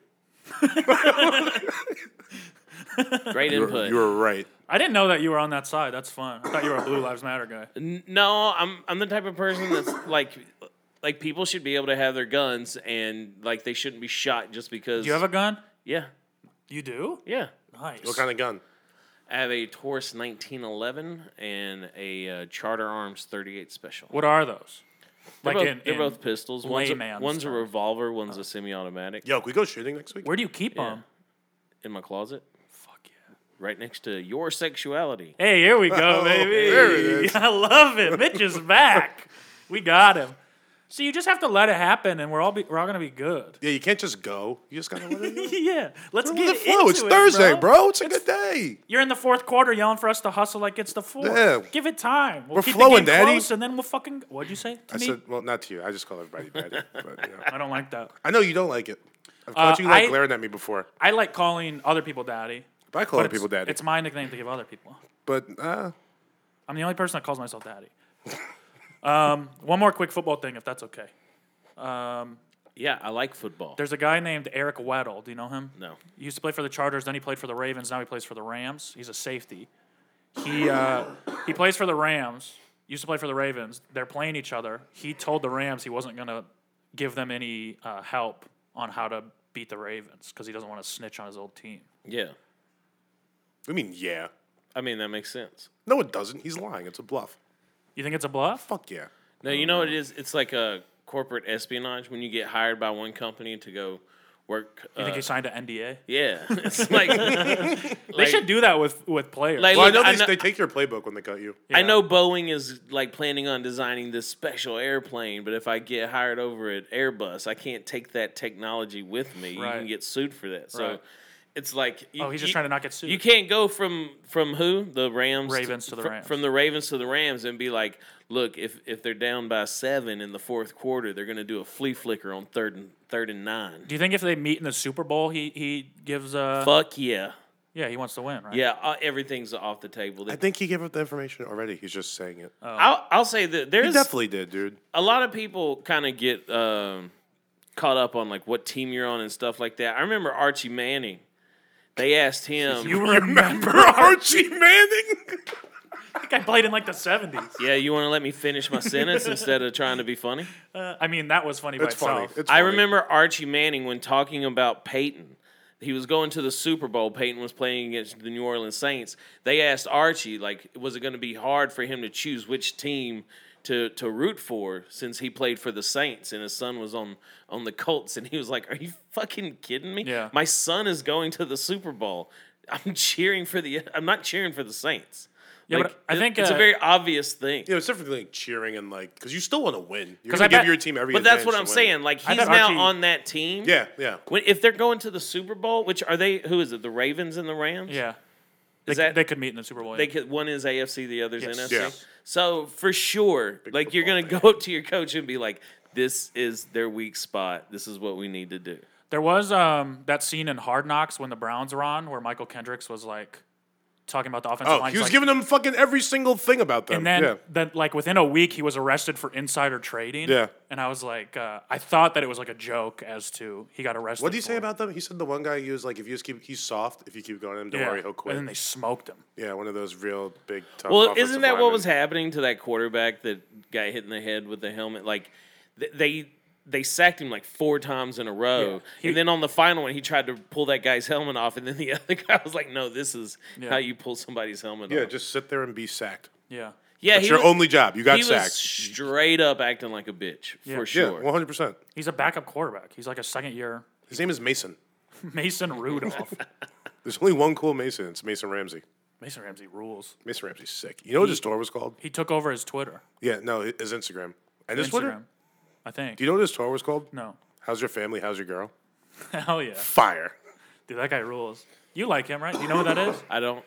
S1: Great input.
S3: were right.
S2: I didn't know that you were on that side. That's fun. I thought you were a Blue Lives Matter guy.
S1: no, I'm I'm the type of person that's like like people should be able to have their guns and like they shouldn't be shot just because
S2: Do you have a gun?
S1: Yeah.
S2: You do?
S1: Yeah.
S2: Nice.
S3: What kind of gun?
S1: I have a Taurus 1911 and a uh, Charter Arms 38 Special.
S2: What are those?
S1: They're,
S2: Like
S1: both,
S2: in,
S1: they're
S2: in-
S1: both pistols. One's a,
S2: layman's
S1: one's a
S2: term.
S1: revolver, one's a semi-automatic.
S3: Yo, can we go shooting next week?
S2: Where do you keep
S1: Yeah.
S2: them?
S1: in my closet.
S2: Fuck yeah.
S1: right next to your sexuality.
S2: Hey, here we go, baby.
S3: Oh, there it is.
S2: I love it. Mitch is back. We got him. So you just have to let it happen, and we're all be, we're all gonna be good.
S3: Yeah, you can't just go. You just gotta let it,
S2: yeah. Let's
S3: let
S2: get
S3: it flow.
S2: into
S3: It's
S2: it,
S3: Thursday, bro. It's a good day.
S2: You're in the fourth quarter, yelling for us to hustle like it's the fourth.
S3: Yeah.
S2: Give it time. We'll
S3: We're
S2: keep
S3: flowing,
S2: the game
S3: Daddy.
S2: Close, and then we'll fucking. What'd you say? To
S3: I
S2: me?
S3: said, well, not to you. I just call everybody daddy. But, you know.
S2: I don't like that.
S3: I know you don't like it. I've caught
S2: Uh,
S3: you like
S2: I-
S3: glaring at me before.
S2: I like calling other people daddy.
S3: But I call other
S2: It's-
S3: people daddy.
S2: It's my nickname to give other people.
S3: But uh,
S2: I'm the only person that calls myself daddy. um, one more quick football thing, if that's okay.
S1: Yeah, I like football.
S2: There's a guy named Eric Weddle. Do you know him?
S1: no.
S2: He used to play for the Chargers, then he played for the Ravens, now he plays for the Rams. He's a safety. He uh, he plays for the Rams. Used to play for the Ravens. They're playing each other. He told the Rams he wasn't gonna give them any uh, help on how to beat the Ravens because he doesn't want to snitch on his old team.
S1: Yeah.
S3: I mean, yeah.
S1: I mean, that makes sense.
S3: No, it doesn't. He's lying. It's a bluff.
S2: You think it's a bluff?
S3: Fuck yeah.
S1: No, you know what it is? It's like a corporate espionage when you get hired by one company to go work.
S2: You think
S1: uh,
S2: he signed an NDA?
S1: yeah. It's like,
S2: They should do that with with players.
S1: Like,
S3: Well, I
S1: look,
S3: know they,
S1: I know-
S3: they take your playbook when they cut you.
S1: I know Boeing is like planning on designing this special airplane, but if I get hired over at Airbus, I can't take that technology with me. You
S2: Right.
S1: can get sued for that. So
S2: Right.
S1: it's like you,
S2: oh, he's just
S1: you-
S2: trying to not get sued.
S1: You can't go from from who the Rams
S2: Ravens to the
S1: fr-
S2: Rams.
S1: from the Ravens to the Rams and be like, look, if if they're down by seven in the fourth quarter, they're going to do a flea flicker on third and third and nine.
S2: Do you think if they meet in the Super Bowl, he he gives uh
S1: Fuck yeah,
S2: yeah he wants to win right?
S1: yeah, uh, everything's off the table.
S3: I think he gave up the information already. He's just saying it.
S2: Uh,
S1: I'll, I'll say that
S3: he
S1: there's
S3: definitely did, dude.
S1: a lot of people kind of get um, caught up on like what team you're on and stuff like that. I remember Archie Manning. They asked him.
S2: You remember?
S3: Archie Manning.
S2: I think I played in like the seventies.
S1: yeah, you want to let me finish my sentence instead of trying to be funny?
S2: Uh, I mean that was funny by
S3: It's funny.
S2: itself.
S3: It's
S1: I
S3: funny.
S1: remember Archie Manning when talking about Peyton. He was going to the Super Bowl. Peyton was playing against the New Orleans Saints. They asked Archie, like, was it going to be hard for him to choose which team to, to root for since he played for the Saints and his son was on on the Colts? And he was like, "Are you fucking kidding me?
S2: Yeah.
S1: My son is going to the Super Bowl. I'm cheering for the. I'm not cheering for the Saints.
S2: Yeah, but I
S1: it-
S2: think,
S1: it's
S2: uh,
S1: a very obvious thing.
S3: Yeah, it's different than like cheering and like because you still want to win. You're
S2: 'Cause
S3: gonna
S2: I
S3: give
S2: bet-
S3: your team every.
S1: But that's
S3: advantage
S1: what
S3: to
S1: I'm
S3: win.
S1: saying. Like he's
S2: bet
S1: now
S2: Archie-
S1: on that team.
S3: Yeah, yeah.
S1: When, if they're going to the Super Bowl, which are they? Who is it? The Ravens and the Rams.
S2: Yeah,
S1: is
S2: they,
S1: that
S2: they could meet in the Super Bowl.
S1: they
S2: yeah.
S1: could, one is AFC, the other's
S2: Yes.
S1: NFC.
S3: Yeah.
S1: So for sure, like you're gonna
S3: football
S1: go up to your coach and be like, "This is their weak spot. This is what we need to do."
S2: There was um that scene in Hard Knocks when the Browns were on where Michael Kendricks was like talking about the offensive
S3: Oh,
S2: line.
S3: he
S2: He's
S3: was
S2: like-
S3: giving them fucking every single thing about them.
S2: and then
S3: yeah.
S2: then like within a week he was arrested for insider trading.
S3: Yeah.
S2: and I was like, uh, I thought that it was like a joke as to he got arrested.
S3: What did he say
S2: for it.
S3: about them? He said the one guy he was like, if you just keep, he's soft. If you keep going at him, don't
S2: Yeah,
S3: worry, he'll quit.
S2: and then they smoked him.
S3: yeah, one of those real big. Tough
S1: Well,
S3: offensive
S1: isn't that what
S3: linemen.
S1: was happening to that quarterback that got hit in the head with the helmet? Like th- they they sacked him like four times in a row,
S2: Yeah. He-
S1: and then on the final one, he tried to pull that guy's helmet off, and then the other guy was like, "No, this is
S2: Yeah.
S1: how you pull somebody's helmet
S3: Yeah,
S1: off."
S3: just sit there and be sacked.
S2: Yeah,
S1: yeah,
S3: It's
S1: he
S3: your
S1: was-
S3: only job. You got
S1: he
S3: sacked.
S1: was straight up acting like a bitch for
S3: yeah,
S1: sure.
S3: one hundred percent.
S2: he's a backup quarterback. He's like a second year
S3: His name is Mason.
S2: Mason Rudolph.
S3: There's only one cool Mason. It's Mason Ramsey.
S2: Mason Ramsey rules.
S3: Mason Ramsey's sick. You know what his store was called?
S2: He took over his Twitter.
S3: Yeah, no, hi- his Instagram. And his Twitter.
S2: Instagram, I think.
S3: Do you know what his store was called?
S2: no.
S3: How's your family? How's your girl?
S2: Hell yeah.
S3: Fire.
S2: Dude, that guy rules. You like him, right? Do you know who that is?
S1: I don't.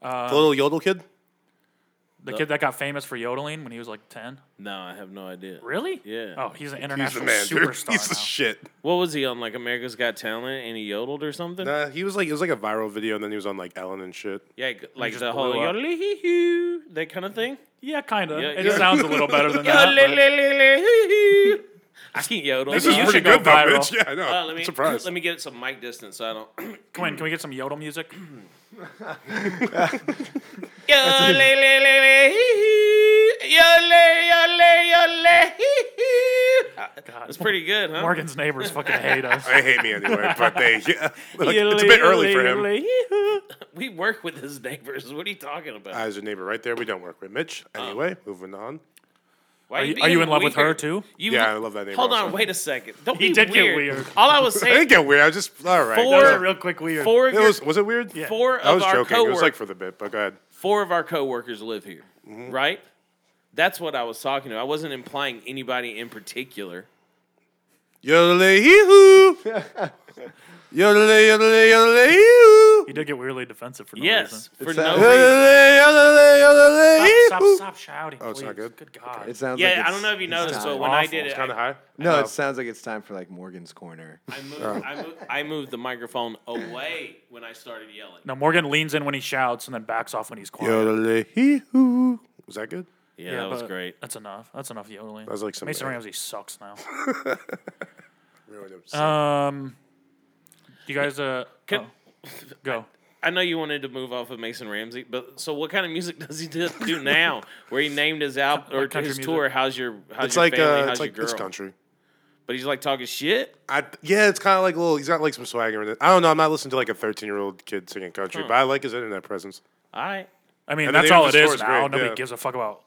S1: Uh,
S3: the little yodel kid.
S2: The kid that got famous for yodeling when he was like 10.
S1: No, I have no idea.
S2: Really?
S1: Yeah.
S2: Oh, he's an
S3: He's the
S2: international
S3: man, dude.
S2: superstar
S3: He's the
S2: now.
S3: shit.
S1: What was he on? Like America's Got Talent, and he yodeled or something.
S3: Nah, he was like it was like a viral video, and then he was on like Ellen and shit.
S1: Yeah, g- like
S2: just
S1: the whole
S2: blew up.
S1: yodeling hee hoo, that kind of thing.
S2: yeah, kind of.
S1: Yeah,
S2: it
S1: yeah.
S2: sounds a little better than that. but-
S1: Yodelelelele-hoo-hoo. I can't yodel.
S3: This is
S2: you
S3: pretty
S2: should go
S3: good though,
S2: viral.
S3: bitch. Yeah, I know.
S1: Uh, let me
S3: I'm surprised.
S1: let me get some mic distance so I don't.
S2: Quinn, can we get some yodel music?
S1: Yodelelelele-hoo-hoo. Yodele- yodele- yodele-hoo-hoo. Uh, That's pretty good, huh?
S2: Morgan's neighbors fucking hate us.
S3: they hate me anyway, but they. Yeah, Look, it's a bit early for him.
S1: We work with his neighbors. What are you talking about?
S3: As a neighbor right there, we don't work with Mitch. Anyway, moving on.
S1: Why
S2: Are you, are
S1: being
S2: you in love with her
S1: weird?
S2: too?
S1: You
S3: Yeah, I love that neighbor
S1: Hold on,
S3: also.
S1: wait a second. Don't
S2: He
S1: be
S2: did get
S1: weird.
S2: weird.
S1: All I was
S3: I didn't
S1: saying,
S3: get weird. I was just all right.
S1: Four-
S2: That was
S1: Or-
S2: a real quick weird.
S1: four of
S3: It
S1: your,
S3: was was it weird? Yeah.
S1: four
S3: I
S1: of
S3: was
S1: our
S3: joking. It was
S1: coworkers,
S3: like for Mm-hmm. the bit, but go ahead.
S1: four of our coworkers live here, right? That's what I was talking to. I wasn't implying anybody in particular.
S3: Yodelay hee hoo. Yodelay yodelay yodelay hee hoo.
S2: He did get weirdly defensive for no
S1: Yes,
S2: reason.
S1: for
S5: It's
S1: no
S5: that-
S1: reason.
S3: Yodelay yodelay yodelay hee
S2: Stop,
S3: hoo.
S2: stop shouting. Oh,
S3: it's not good?
S2: Good God.
S5: It sounds like
S1: Yeah, I
S5: it's-
S1: don't know if you
S5: it's
S1: noticed,
S5: time.
S1: but when I
S2: awful.
S1: did
S2: It's
S1: it,
S3: Kind of
S1: I,
S3: high.
S5: no, it sounds like it's time for like Morgan's corner.
S1: I moved, I, moved, I moved the microphone away when I started yelling.
S2: No, Morgan leans in when he shouts and then backs off when he's quiet.
S3: Yodelay hee hoo. Was that good?
S1: Yeah, that was
S2: but
S1: great.
S2: That's enough. That's enough yodeling. That
S3: was like some-
S2: Mason Ramsey sucks now.
S3: Ruined him.
S2: Um, you guys, uh,
S1: Can-
S2: oh, go.
S1: I know you wanted to move off of Mason Ramsey, but so what kind of music does he do, do now? Where he named his album or
S2: country
S1: his
S2: music.
S1: tour? How's your how's
S3: It's
S1: your
S3: like
S1: family?
S3: uh,
S1: how's
S3: it's
S1: your
S3: like
S1: girl?
S3: it's country.
S1: But he's like talking shit.
S3: I, yeah, it's kind of like a little. He's got like some swagger in it. I don't know. I'm not listening to like a 13 year old kid singing country, but I like his internet presence.
S1: All right.
S2: I mean,
S3: And the
S2: that's
S3: name of
S2: all it
S3: the store
S2: is
S3: is
S2: now.
S3: great,
S2: Nobody
S3: yeah.
S2: gives a fuck about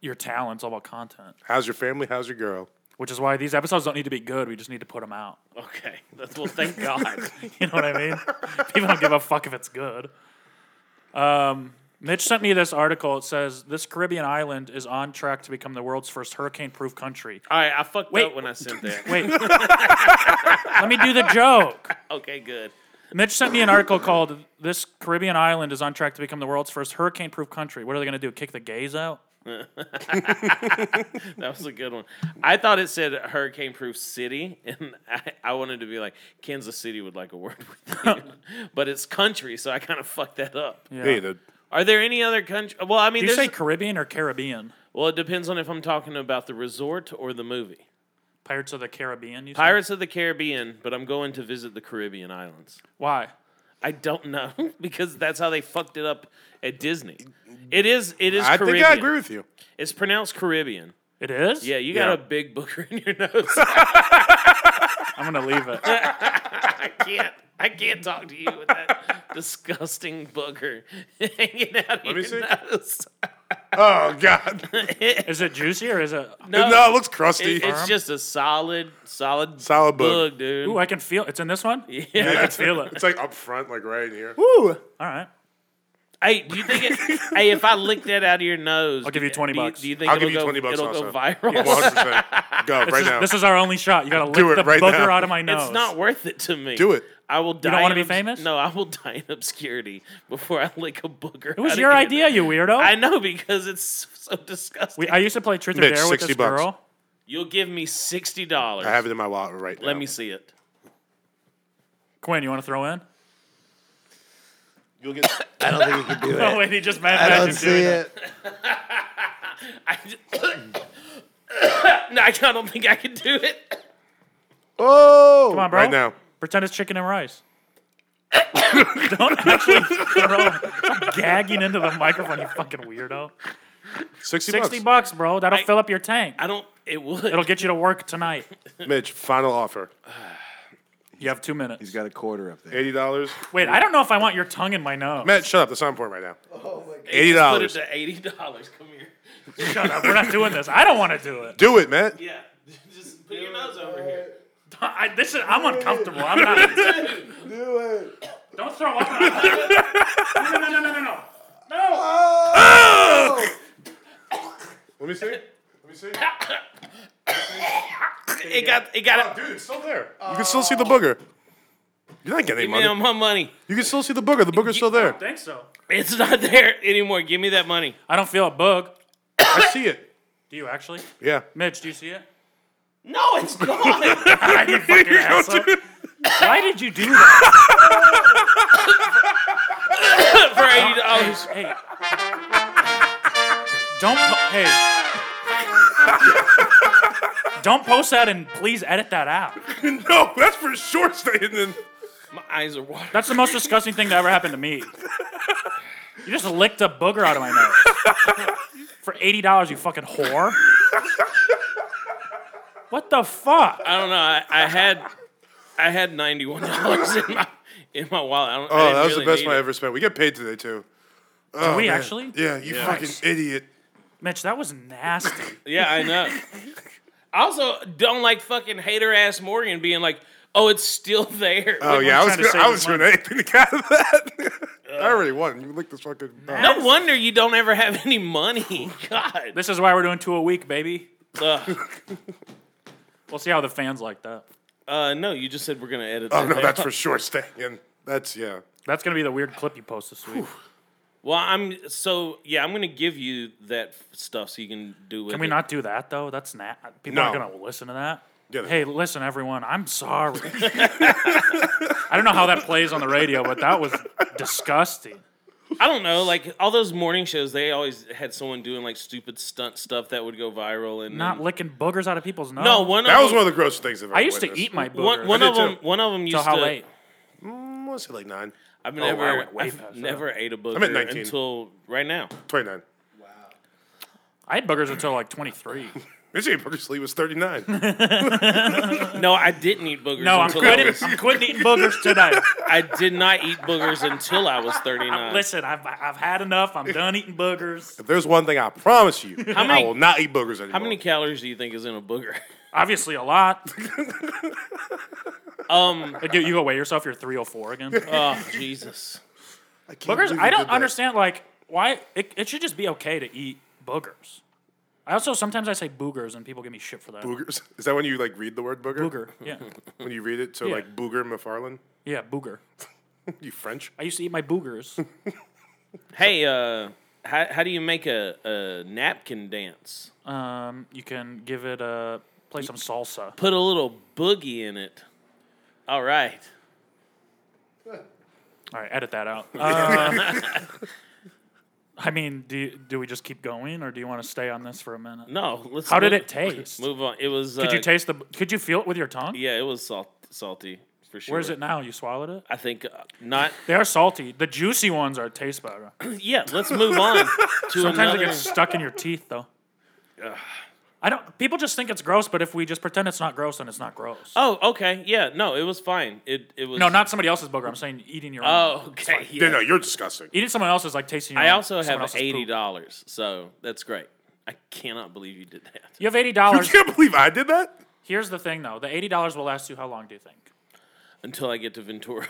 S2: your talent. It's all about content,
S3: How's your family? How's your girl?
S2: which is why these episodes don't need to be good. We just need to put them out.
S1: Okay. That's well. Thank God.
S2: You know what I mean? People don't give a fuck if it's good. Um, Mitch sent me this article. It says this Caribbean island is on track to become the world's first hurricane-proof country.
S1: All right. I fucked up
S2: Wait.
S1: when I sent that.
S2: Wait, let me do the joke.
S1: Okay. Good.
S2: Mitch sent me an article called "This Caribbean Island is on track to become the world's first hurricane-proof country." What are they going to do? Kick the gays out?
S1: That was a good one. I thought it said hurricane proof city, and I, I wanted to be like Kansas City would like a word with you, but it's country, so I kind of fucked that up.
S2: Yeah.
S3: Hey, the,
S1: Are there any other country? Well, I mean,
S2: Do you
S1: there's-
S2: say Caribbean or Caribbean?
S1: well, it depends on if I'm talking about the resort or the movie.
S2: Pirates of the Caribbean. You said?
S1: Pirates of the Caribbean, but I'm going to visit the Caribbean islands.
S2: Why?
S1: I don't know because that's how they fucked it up at Disney. It is. It is.
S3: Mm-hmm. I
S1: Caribbean.
S3: think I agree with you.
S1: It's pronounced Caribbean.
S2: It is.
S1: Yeah, you got
S3: Yeah.
S1: a big booker in your nose.
S2: I'm gonna leave it.
S1: I can't. I can't talk to you with that disgusting booger hanging out of
S3: me
S1: your
S3: see.
S1: nose.
S3: Oh God,
S2: Is it juicy or is it?
S1: No,
S3: no, it looks crusty.
S1: it- it's just a solid, solid,
S3: Solid bug.
S1: bug, dude.
S2: Ooh, I can feel. It's in this one. Yeah, I can feel it.
S3: It's like up front, like right in here.
S2: All right.
S1: Hey, do you think it? hey, if I lick that out of your nose, I'll
S2: give you 20 bucks.
S1: Do you think
S3: I'll
S1: it'll
S3: give you
S1: go,
S3: 20 bucks
S1: It'll
S3: also.
S1: go viral.
S3: 100%. Go
S2: This,
S3: right
S2: is,
S3: now.
S2: this is our only shot. You gotta lick
S3: Do it
S2: the
S3: right
S2: booger
S3: now.
S2: out of my nose.
S1: It's not worth it to me.
S3: Do it.
S1: I will die.
S2: don't wanna
S1: in
S2: be famous?
S1: No, I will die in obscurity before I lick a booger.
S2: It was your idea, you weirdo.
S1: I
S2: I,
S1: know because it's so disgusting.
S2: we, I used to play Truth or
S3: Mitch,
S2: Dare with
S3: 60
S2: this
S3: bucks.
S2: girl.
S1: You'll give me sixty dollars.
S3: I have it in my wallet right now.
S1: Let me see it.
S2: Quinn, you want to throw in?
S3: You'll get.
S5: I don't think he can do
S2: Oh
S5: it.
S2: wait, he just mad
S5: I
S2: imagined
S5: don't see
S2: doing
S5: it.
S1: I no, I don't think I can do it.
S5: Oh,
S2: Come on, bro.
S3: Right now.
S2: Pretend it's chicken and rice. don't actually throw. Stop gagging into the microphone, you fucking weirdo.
S3: 60,
S2: 60
S3: bucks.
S2: bucks, bro. That'll
S1: I-
S2: fill up your tank.
S1: I don't. It would.
S2: It'll get you to work tonight.
S3: Mitch, final offer.
S1: Uh,
S2: You have two minutes.
S5: he's got a quarter up there.
S3: $80.
S2: Wait, I don't know if I want your tongue in my nose.
S3: Matt, shut up. That's not important right now.
S1: Put it
S3: $80.
S1: to eighty dollars. Come here.
S2: Shut up. We're not doing this. I don't want to do it.
S3: Do it, Matt.
S1: Yeah. Just put your nose over here.
S2: I, this is, I'm uncomfortable. I'm not. do it. Don't throw up. no, no, no, no, no, no. No.
S3: Let me see. Let me see.
S1: It got. It got.
S3: Dude, it's still there. You can still see the booger. You're not getting any
S1: Give me
S3: money.
S1: my money.
S3: You can still see the booger. The booger's still there.
S2: Think so.
S1: It's not there anymore. Give me that money.
S2: I don't feel a bug.
S3: I see it.
S2: Do you actually?
S3: Yeah.
S2: Mitch, do you see it? Ah,
S1: No, it's gone.
S2: You fucking asshole. Why did you do that?
S1: for eighty dollars.
S2: hey. Don't. Po- hey. don't post that and please edit that out.
S3: No, that's for sure staying in.
S1: My eyes are watering.
S2: That's the most disgusting thing that ever happened to me. You just licked a booger out of my nose. For eighty dollars, you fucking whore. What the fuck?
S1: I don't know. I, I had. I had ninety one dollars in my in my wallet. I don't, I
S3: Oh,
S1: didn't
S3: that was
S1: really
S3: the best
S1: need
S3: one I
S1: it.
S3: ever spent. We get paid today, too. Oh,
S2: we
S3: man.
S2: actually?
S3: Yeah, you fucking idiot.
S2: Mitch, that was nasty.
S1: Yeah, I know. I also don't like fucking hater ass Morgan being like, "Oh, it's still there."
S3: Oh,
S1: Like,
S3: yeah, I was,
S2: trying to
S3: gonna,
S2: save
S3: I
S2: his
S3: was
S2: money.
S3: doing anything to get out of that. I already won. You licked this fucking. Oh.
S1: No wonder you don't ever have any money. God.
S2: This is why we're doing two a week, baby.
S1: Ugh.
S2: We'll see how the fans like that.
S1: Uh, no, you just said we're gonna edit.
S3: Oh
S1: that
S3: no,
S1: out.
S3: that's for sure staying in. That's yeah.
S2: That's gonna be the weird clip you post this week.
S1: Well, I'm so yeah. I'm gonna give you that f- stuff so you can do with
S2: Can we
S1: it.
S2: not do that though? That's na- people
S3: No.
S2: aren't gonna listen to that.
S3: Yeah, they-
S2: Hey, listen, everyone. I'm sorry. I don't know how that plays on the radio, but that was disgusting.
S1: I don't know. Like all those morning shows, they always had someone doing like stupid stunt stuff that would go viral and
S2: Not
S3: Mm.
S1: then-
S2: licking boogers out of people's nose.
S1: no one.
S3: That
S1: of
S3: was
S1: them,
S3: one of the grossest things I've ever
S2: I used to
S3: witnessed.
S2: eat my
S1: one,
S2: boogers.
S1: one
S3: I
S1: of
S3: did
S1: them.
S3: too.
S1: One of them used
S2: So how
S1: to.
S2: late?
S3: want to Mm, say like nine.
S1: I've
S3: I
S1: never,
S3: went way
S1: I've
S3: past that.
S1: never ate a booger
S3: 19.
S1: until right now.
S3: 29.
S2: I had burgers until like 23.
S3: This ain't Burgers Lee was 39.
S1: No, I didn't eat boogers.
S2: No, I'm
S1: until I,
S2: quitting.
S1: was,
S2: I'm quitting eating boogers tonight.
S1: I did not eat boogers until I was 39.
S2: Listen, I've, I've had enough. I'm done eating boogers.
S3: if there's one thing I promise you,
S1: many-
S3: I will not eat boogers anymore.
S1: How many calories do you think is in a booger?
S2: Obviously, a lot.
S1: Um,
S2: Like, you, you go weigh yourself. You're 304 again.
S1: oh Jesus.
S3: I can't
S2: Boogers.
S3: believe
S2: I
S3: you
S2: don't
S3: did that.
S2: understand. Like, why it, it should just be okay to eat boogers. I also sometimes I say boogers and people give me shit for that.
S3: Boogers. Is that when you like read the word booger?
S2: Booger. Yeah.
S3: When you read it to
S2: Yeah.
S3: like Booger McFarlane?
S2: Yeah. Booger.
S3: You French?
S2: I used to eat my boogers.
S1: Hey, uh, how how do you make a, a napkin dance?
S2: Um, you can give it a play some salsa.
S1: Put a little boogie in it. All right.
S2: All right, edit that out. Um, I mean, do you, do we just keep going, or do you want to stay on this for a minute?
S1: No, let's.
S2: How did
S1: move-
S2: it taste?
S1: Move on. It was.
S2: Could
S1: uh,
S2: you taste the? Could you feel it with your tongue?
S1: Yeah, it was salt, salty for sure.
S2: Where is it now? You swallowed it.
S1: I think uh, not.
S2: They are salty. The juicy ones are taste better.
S1: Yeah, let's move on to
S2: Sometimes it
S1: another.
S2: gets stuck in your teeth, though. I don't. People just think it's gross, but if we just pretend it's not gross, then it's not gross.
S1: Oh, okay. Yeah, no, it was fine. It it was
S2: No, not somebody else's booger. I'm saying eating your own.
S1: Oh, okay. yeah.
S3: No, no, you're disgusting.
S2: Eating someone else's like tasting. Your
S1: I
S2: own-
S1: also
S2: someone
S1: have
S2: else's poop.
S1: eighty dollars, so that's great. I cannot believe you did that.
S2: You have eighty
S3: You
S2: dollars.
S3: can't believe I did that?
S2: Here's the thing, though. The eighty dollars will last you how long? Do you think?
S1: Until I get to Ventura,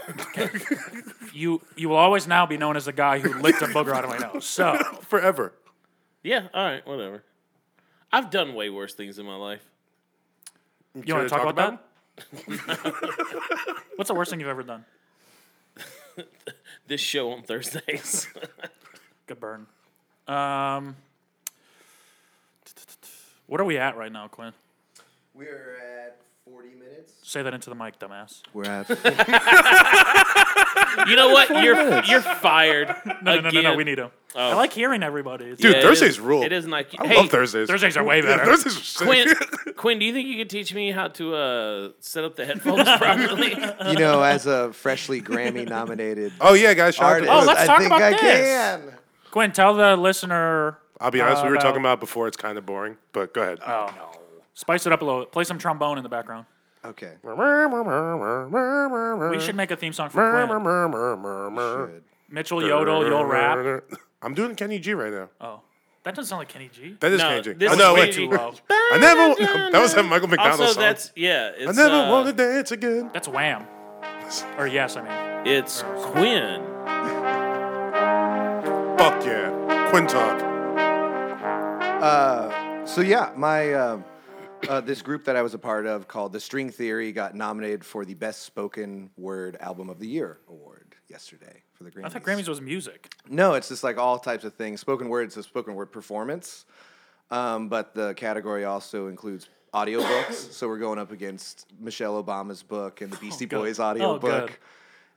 S2: you you will always now be known as the guy who licked a booger out of my nose. So
S3: Forever.
S1: yeah. All right, whatever. I've done way worse things in my life.
S2: you want to
S3: to
S2: talk
S3: talk
S2: about,
S3: about
S2: that? What's the worst thing you've ever done?
S1: This show on Thursdays.
S2: Good burn. Um, what are we at right now, Quinn?
S5: We're at 40 minutes.
S2: Say that into the mic, dumbass.
S5: We're at.
S1: you know what? You're you're fired.
S2: No, no, no, no, no.
S1: Again.
S2: We need him. I like hearing everybody. It's-
S3: Oh. Dude,
S1: Yeah, it
S3: Thursdays
S1: is-
S3: rule.
S1: It is not.
S3: I
S1: hey,
S3: love Thursdays.
S2: Thursdays are way
S3: Yeah,
S2: better.
S3: Thursdays are sick.
S1: Quinn, Quinn, do you think you could teach me how to uh, set up the headphones properly?
S5: you know, as a freshly Grammy nominated
S3: Oh, yeah, guys. Shout out to
S5: artist,
S2: Oh,
S3: Quinn.
S2: let's
S5: I
S2: talk
S5: think
S2: about
S5: I
S2: this.
S5: can.
S2: Quinn, tell the listener.
S3: I'll be honest, we were
S2: about-
S3: talking about it before. It's kind of boring, but go ahead.
S2: Uh, Spice it up a little. bit. Play some trombone in the background.
S5: Okay.
S2: We should make a theme song for Quinn.
S5: Good.
S2: Mitchell Yodel, you'll rap.
S3: I'm doing Kenny G right now.
S2: Oh, that doesn't sound like Kenny G.
S3: That is
S1: No,
S3: Kenny G.
S1: this
S3: Oh, no,
S1: is
S3: wait.
S1: Kenny
S2: Too low.
S3: I never. That was that Michael McDonald
S1: also,
S3: song.
S1: that's yeah. It's,
S3: I never
S1: uh,
S3: want to dance again.
S2: That's Wham. Or yes, I mean.
S1: It's Quinn.
S3: Fuck yeah. Quinn talk.
S5: Uh, so yeah, my um uh, this group that I was a part of called The String Theory got nominated for the Best Spoken Word Album of the Year award yesterday for the Grammys.
S2: I thought Grammys was music.
S5: No, it's just like all types of things. Spoken word is a spoken word performance, um, but the category also includes audiobooks. so we're going up against Michelle Obama's book and the Beastie
S2: good.
S5: Boys
S2: Oh,
S5: audiobook.
S2: good.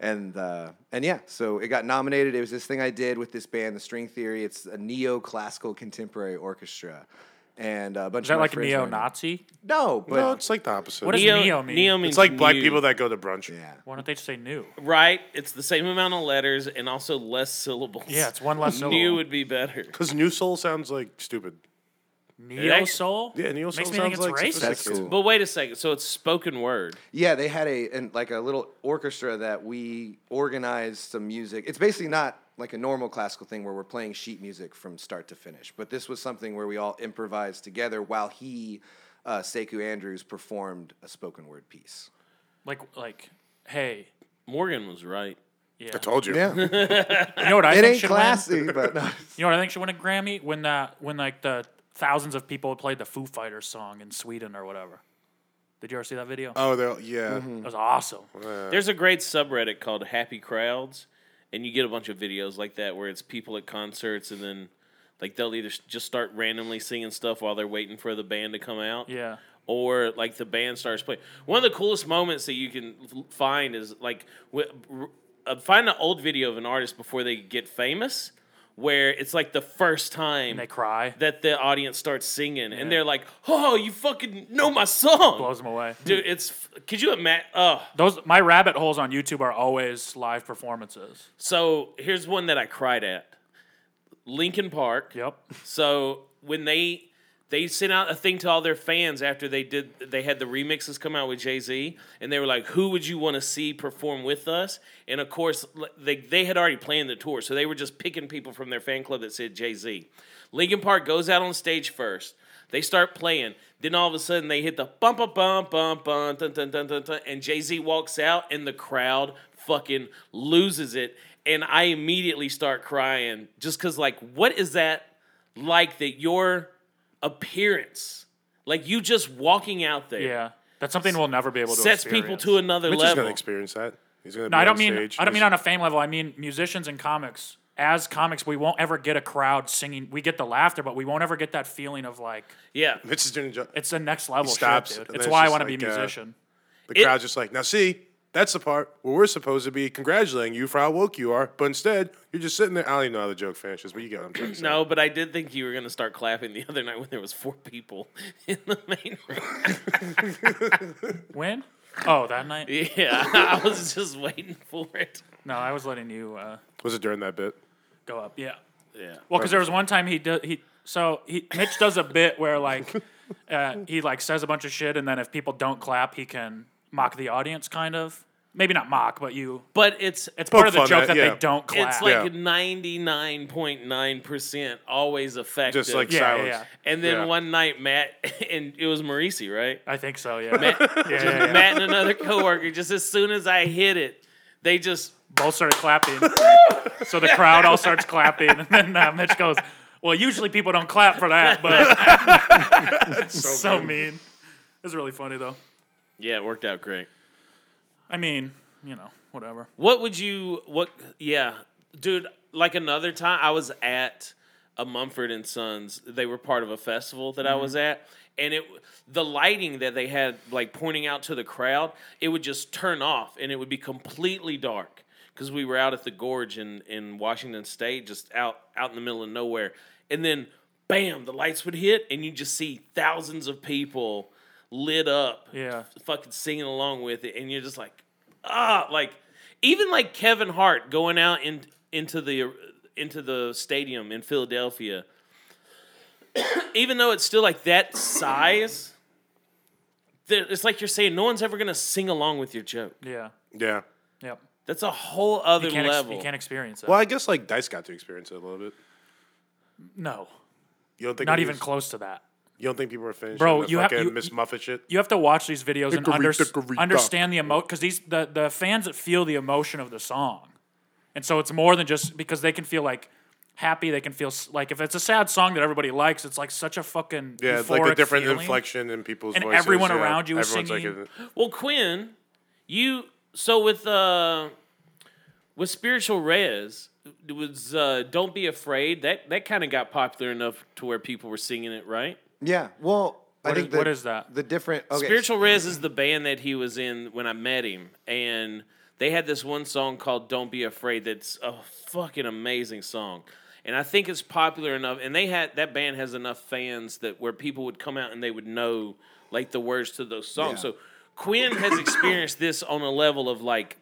S5: and uh, and yeah, so it got nominated. It was this thing I did with this band, The String Theory. It's a neoclassical contemporary orchestra, and a bunch
S2: Is
S5: of
S2: that
S5: my
S2: like
S5: friends
S2: neo
S5: were in it.
S2: Nazi?
S5: No, but
S3: No, it's like the opposite.
S2: What is
S1: Neo,
S2: Neo mean?
S1: means
S3: it's like black
S1: new.
S3: people that go to brunch.
S5: yeah,
S2: Why don't they just say new?
S1: Right. It's the same amount of letters and also less syllables.
S2: Yeah, it's one less syllable.
S1: New would be better.
S3: Because New Soul sounds like stupid.
S2: Neo soul?
S3: Yeah, neo soul
S2: Makes me think
S3: sounds like
S2: it's racist.
S5: that's
S3: Sophisticated.
S5: cool.
S1: But wait a second. So it's spoken word.
S5: Yeah, they had a and like a little orchestra that we organized some music. It's basically not like a normal classical thing where we're playing sheet music from start to finish, but this was something where we all improvised together while he, uh, Sekou Andrews, performed a spoken word piece.
S2: Like, like, hey.
S1: Morgan was right.
S2: Yeah.
S3: I told you.
S5: Yeah,
S2: You know what I
S5: it
S2: think
S5: ain't
S2: should
S5: classy, but no.
S2: win? You know what I think should win a Grammy? When that, when like the thousands of people played the Foo Fighters song in Sweden or whatever. Did you ever see that video?
S3: Oh, they're- yeah.
S2: It was awesome.
S1: There's a great subreddit called Happy Crowds, and you get a bunch of videos like that where it's people at concerts and then like they'll either s- just start randomly singing stuff while they're waiting for the band to come out.
S2: Yeah.
S1: or like the band starts playing. One of the coolest moments that you can f- find is like w- r- uh, find an old video of an artist before they get famous, where it's like the first time
S2: And they cry.
S1: that the audience starts singing and they're like, "Oh, you fucking know my song."
S2: blows them away.
S1: Dude, it's f- could you imagine? Oh,
S2: Those my rabbit holes on YouTube are always live performances.
S1: so here's one that I cried at. Lincoln Park.
S2: Yep.
S1: So when they they sent out a thing to all their fans after they did they had the remixes come out with Jay-Z and they were like who would you want to see perform with us and of course l- they they had already planned the tour so they were just picking people from their fan club that said Jay-Z. Linkin Park goes out on stage first. They start playing. Then all of a sudden they hit the bump bump bump bump dun, dun, dun, dun, dun, dun, and Jay-Z walks out and the crowd fucking loses it and I immediately start crying just cuz like what is that like that your appearance, like you just walking out there,
S2: Yeah. That's something we'll never be able to
S1: sets
S2: experience.
S1: people to another
S3: Mitch is
S1: level.
S3: gonna experience that. He's gonna.
S2: No,
S3: be
S2: I don't
S3: on
S2: mean
S3: Stage.
S2: I don't mean
S3: He's-
S2: on a fame level. I mean musicians and comics. As comics, we won't ever get a crowd singing. We get the laughter, but we won't ever get that feeling of like
S1: yeah,
S3: Mitch is doing. The
S2: it's the next level
S3: stops,
S2: shit,
S3: and
S2: dude. It's
S3: then
S2: why I
S3: it's
S2: want to
S3: just
S2: be a
S3: like, uh,
S2: musician.
S1: It-
S3: crowd's just like, now see, that's the part where we're supposed to be congratulating you for how woke you are, but instead you're just sitting there. I don't even know how the joke finishes, but you get what I'm trying to say.
S1: no, but I did think you were gonna start clapping the other night when there was four people in the main room.
S2: when? Oh, that night?
S1: Yeah, I was just waiting for it.
S2: No, I was letting you uh,
S3: Was it during that bit?
S2: go up. Yeah.
S1: Yeah,
S2: Well, because there was one time he did he so he Mitch does a bit where like uh, he like says a bunch of shit, and then if people don't clap, he can mock the audience, kind of. Maybe not mock, but you.
S1: but it's
S2: It's part of the
S3: fun
S2: joke
S3: at-
S2: that
S3: yeah.
S2: they don't clap.
S1: it's like
S3: Yeah.
S1: ninety nine point nine percent always effective.
S3: Just like
S2: Yeah, yeah,
S3: silence.
S2: yeah.
S1: and then
S3: yeah.
S1: one night Matt and it was Marisi, right?
S2: I think so. Yeah.
S1: Matt,
S2: yeah, yeah, yeah.
S1: Matt and another coworker. Just as soon as I hit it, they just
S2: both started clapping. so the crowd all starts clapping, and then uh, Mitch goes, "Well, usually people don't clap for that, but so, mean." It was really funny though.
S1: yeah, it worked out great.
S2: I mean, you know, whatever.
S1: What would you what yeah. Dude, like another time I was at a Mumford and Sons. They were part of a festival that I was at and it the lighting that they had like pointing out to the crowd, it would just turn off and it would be completely dark cuz we were out at the gorge in in Washington state just out out in the middle of nowhere. And then bam, the lights would hit and you just see thousands of people lit up
S2: Yeah.
S1: fucking singing along with it, and you're just like, ah, like even like Kevin Hart going out in, into the into the stadium in Philadelphia, even though it's still like that size, there, it's like you're saying no one's ever gonna sing along with your joke.
S2: Yeah.
S3: Yeah.
S2: Yep.
S1: That's a whole other
S2: You can't, ex-
S1: level.
S2: you can't experience it.
S3: Well, I guess like Dice got to experience it a little bit.
S2: No.
S3: You don't think
S2: Not
S3: it
S2: even
S3: was-
S2: close to that.
S3: You don't think people are finishing
S2: Bro,
S3: the
S2: you have-
S3: fucking
S2: you-
S3: Miss Muffet shit?
S2: You have to watch these videos and
S3: Hickory
S2: under-
S3: dickory
S2: understand the emotion because these the, the fans that feel the emotion of the song, and so it's more than just because they can feel like happy. They can feel s- like if it's a sad song that everybody likes, it's like such a fucking
S3: Yeah, it's like a
S2: euphoric
S3: different
S2: feeling.
S3: inflection in people's
S2: And
S3: voices.
S2: everyone
S3: yeah.
S2: around you is
S3: Everyone's like
S2: singing.
S3: a-
S1: Well, Quinn, you so with uh with spiritual res it was uh don't be afraid that that kind of got popular enough to where people were singing it, right?
S5: Yeah. Well, I
S2: What is-
S5: think the-
S2: what is that?
S5: The different okay,
S1: Spiritual Res is the band that he was in when I met him, and they had this one song called "Don't Be Afraid." That's a fucking amazing song, and I think it's popular enough. And they had that band has enough fans that where people would come out and they would know like the words to those songs.
S5: Yeah.
S1: So Quinn has experienced this on a level of like,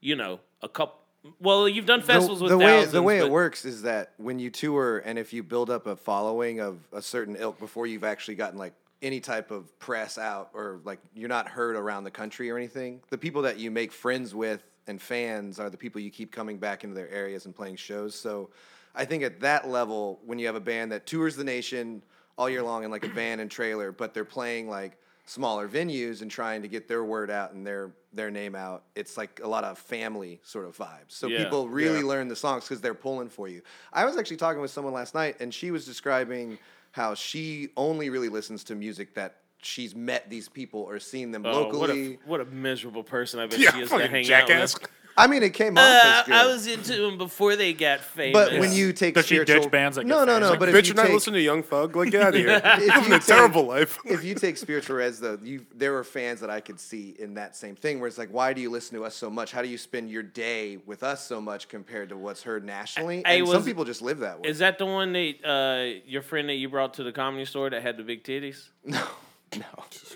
S1: you know, a couple. Well, you've done festivals with
S5: way,
S1: thousands.
S5: The way
S1: but-
S5: it works is that when you tour and if you build up a following of a certain ilk before you've actually gotten like any type of press out or like you're not heard around the country or anything, the people that you make friends with and fans are the people you keep coming back into their areas and playing shows. So I think at that level, when you have a band that tours the nation all year long in like a van and trailer, but they're playing like smaller venues and trying to get their word out and their their name out, it's like a lot of family sort of vibes. So
S1: Yeah.
S5: people really learn the songs because they're pulling for you. I was actually talking with someone last night, and she was describing how she only really listens to music that she's met these people or seen them
S1: Oh, what a
S5: locally.
S1: what a miserable person I bet
S3: Yeah,
S1: she is to
S3: fucking
S1: hang out
S3: jackass.
S1: with.
S5: I mean, it came off
S1: Uh,
S5: as good.
S1: I was into them before they got famous.
S5: but when you take
S2: Especially ditch
S5: spiritual
S2: bands that get
S5: no, no,
S2: famous.
S5: no.
S2: Like,
S5: But if
S3: Bitch,
S5: you
S3: you're not
S5: take
S3: listening to Young Thug. Like, get out of here.
S5: If
S3: You're
S5: you
S3: living a
S5: take-
S3: terrible life.
S5: if you take spiritual reds though, you there were fans that I could see in that same thing where it's like, why do you listen to us so much? How do you spend your day with us so much compared to what's heard nationally?
S1: I- I
S5: and
S1: was-
S5: some people just live that way.
S1: is that the one that uh, your friend that you brought to the comedy store that had the big titties?
S5: no, no.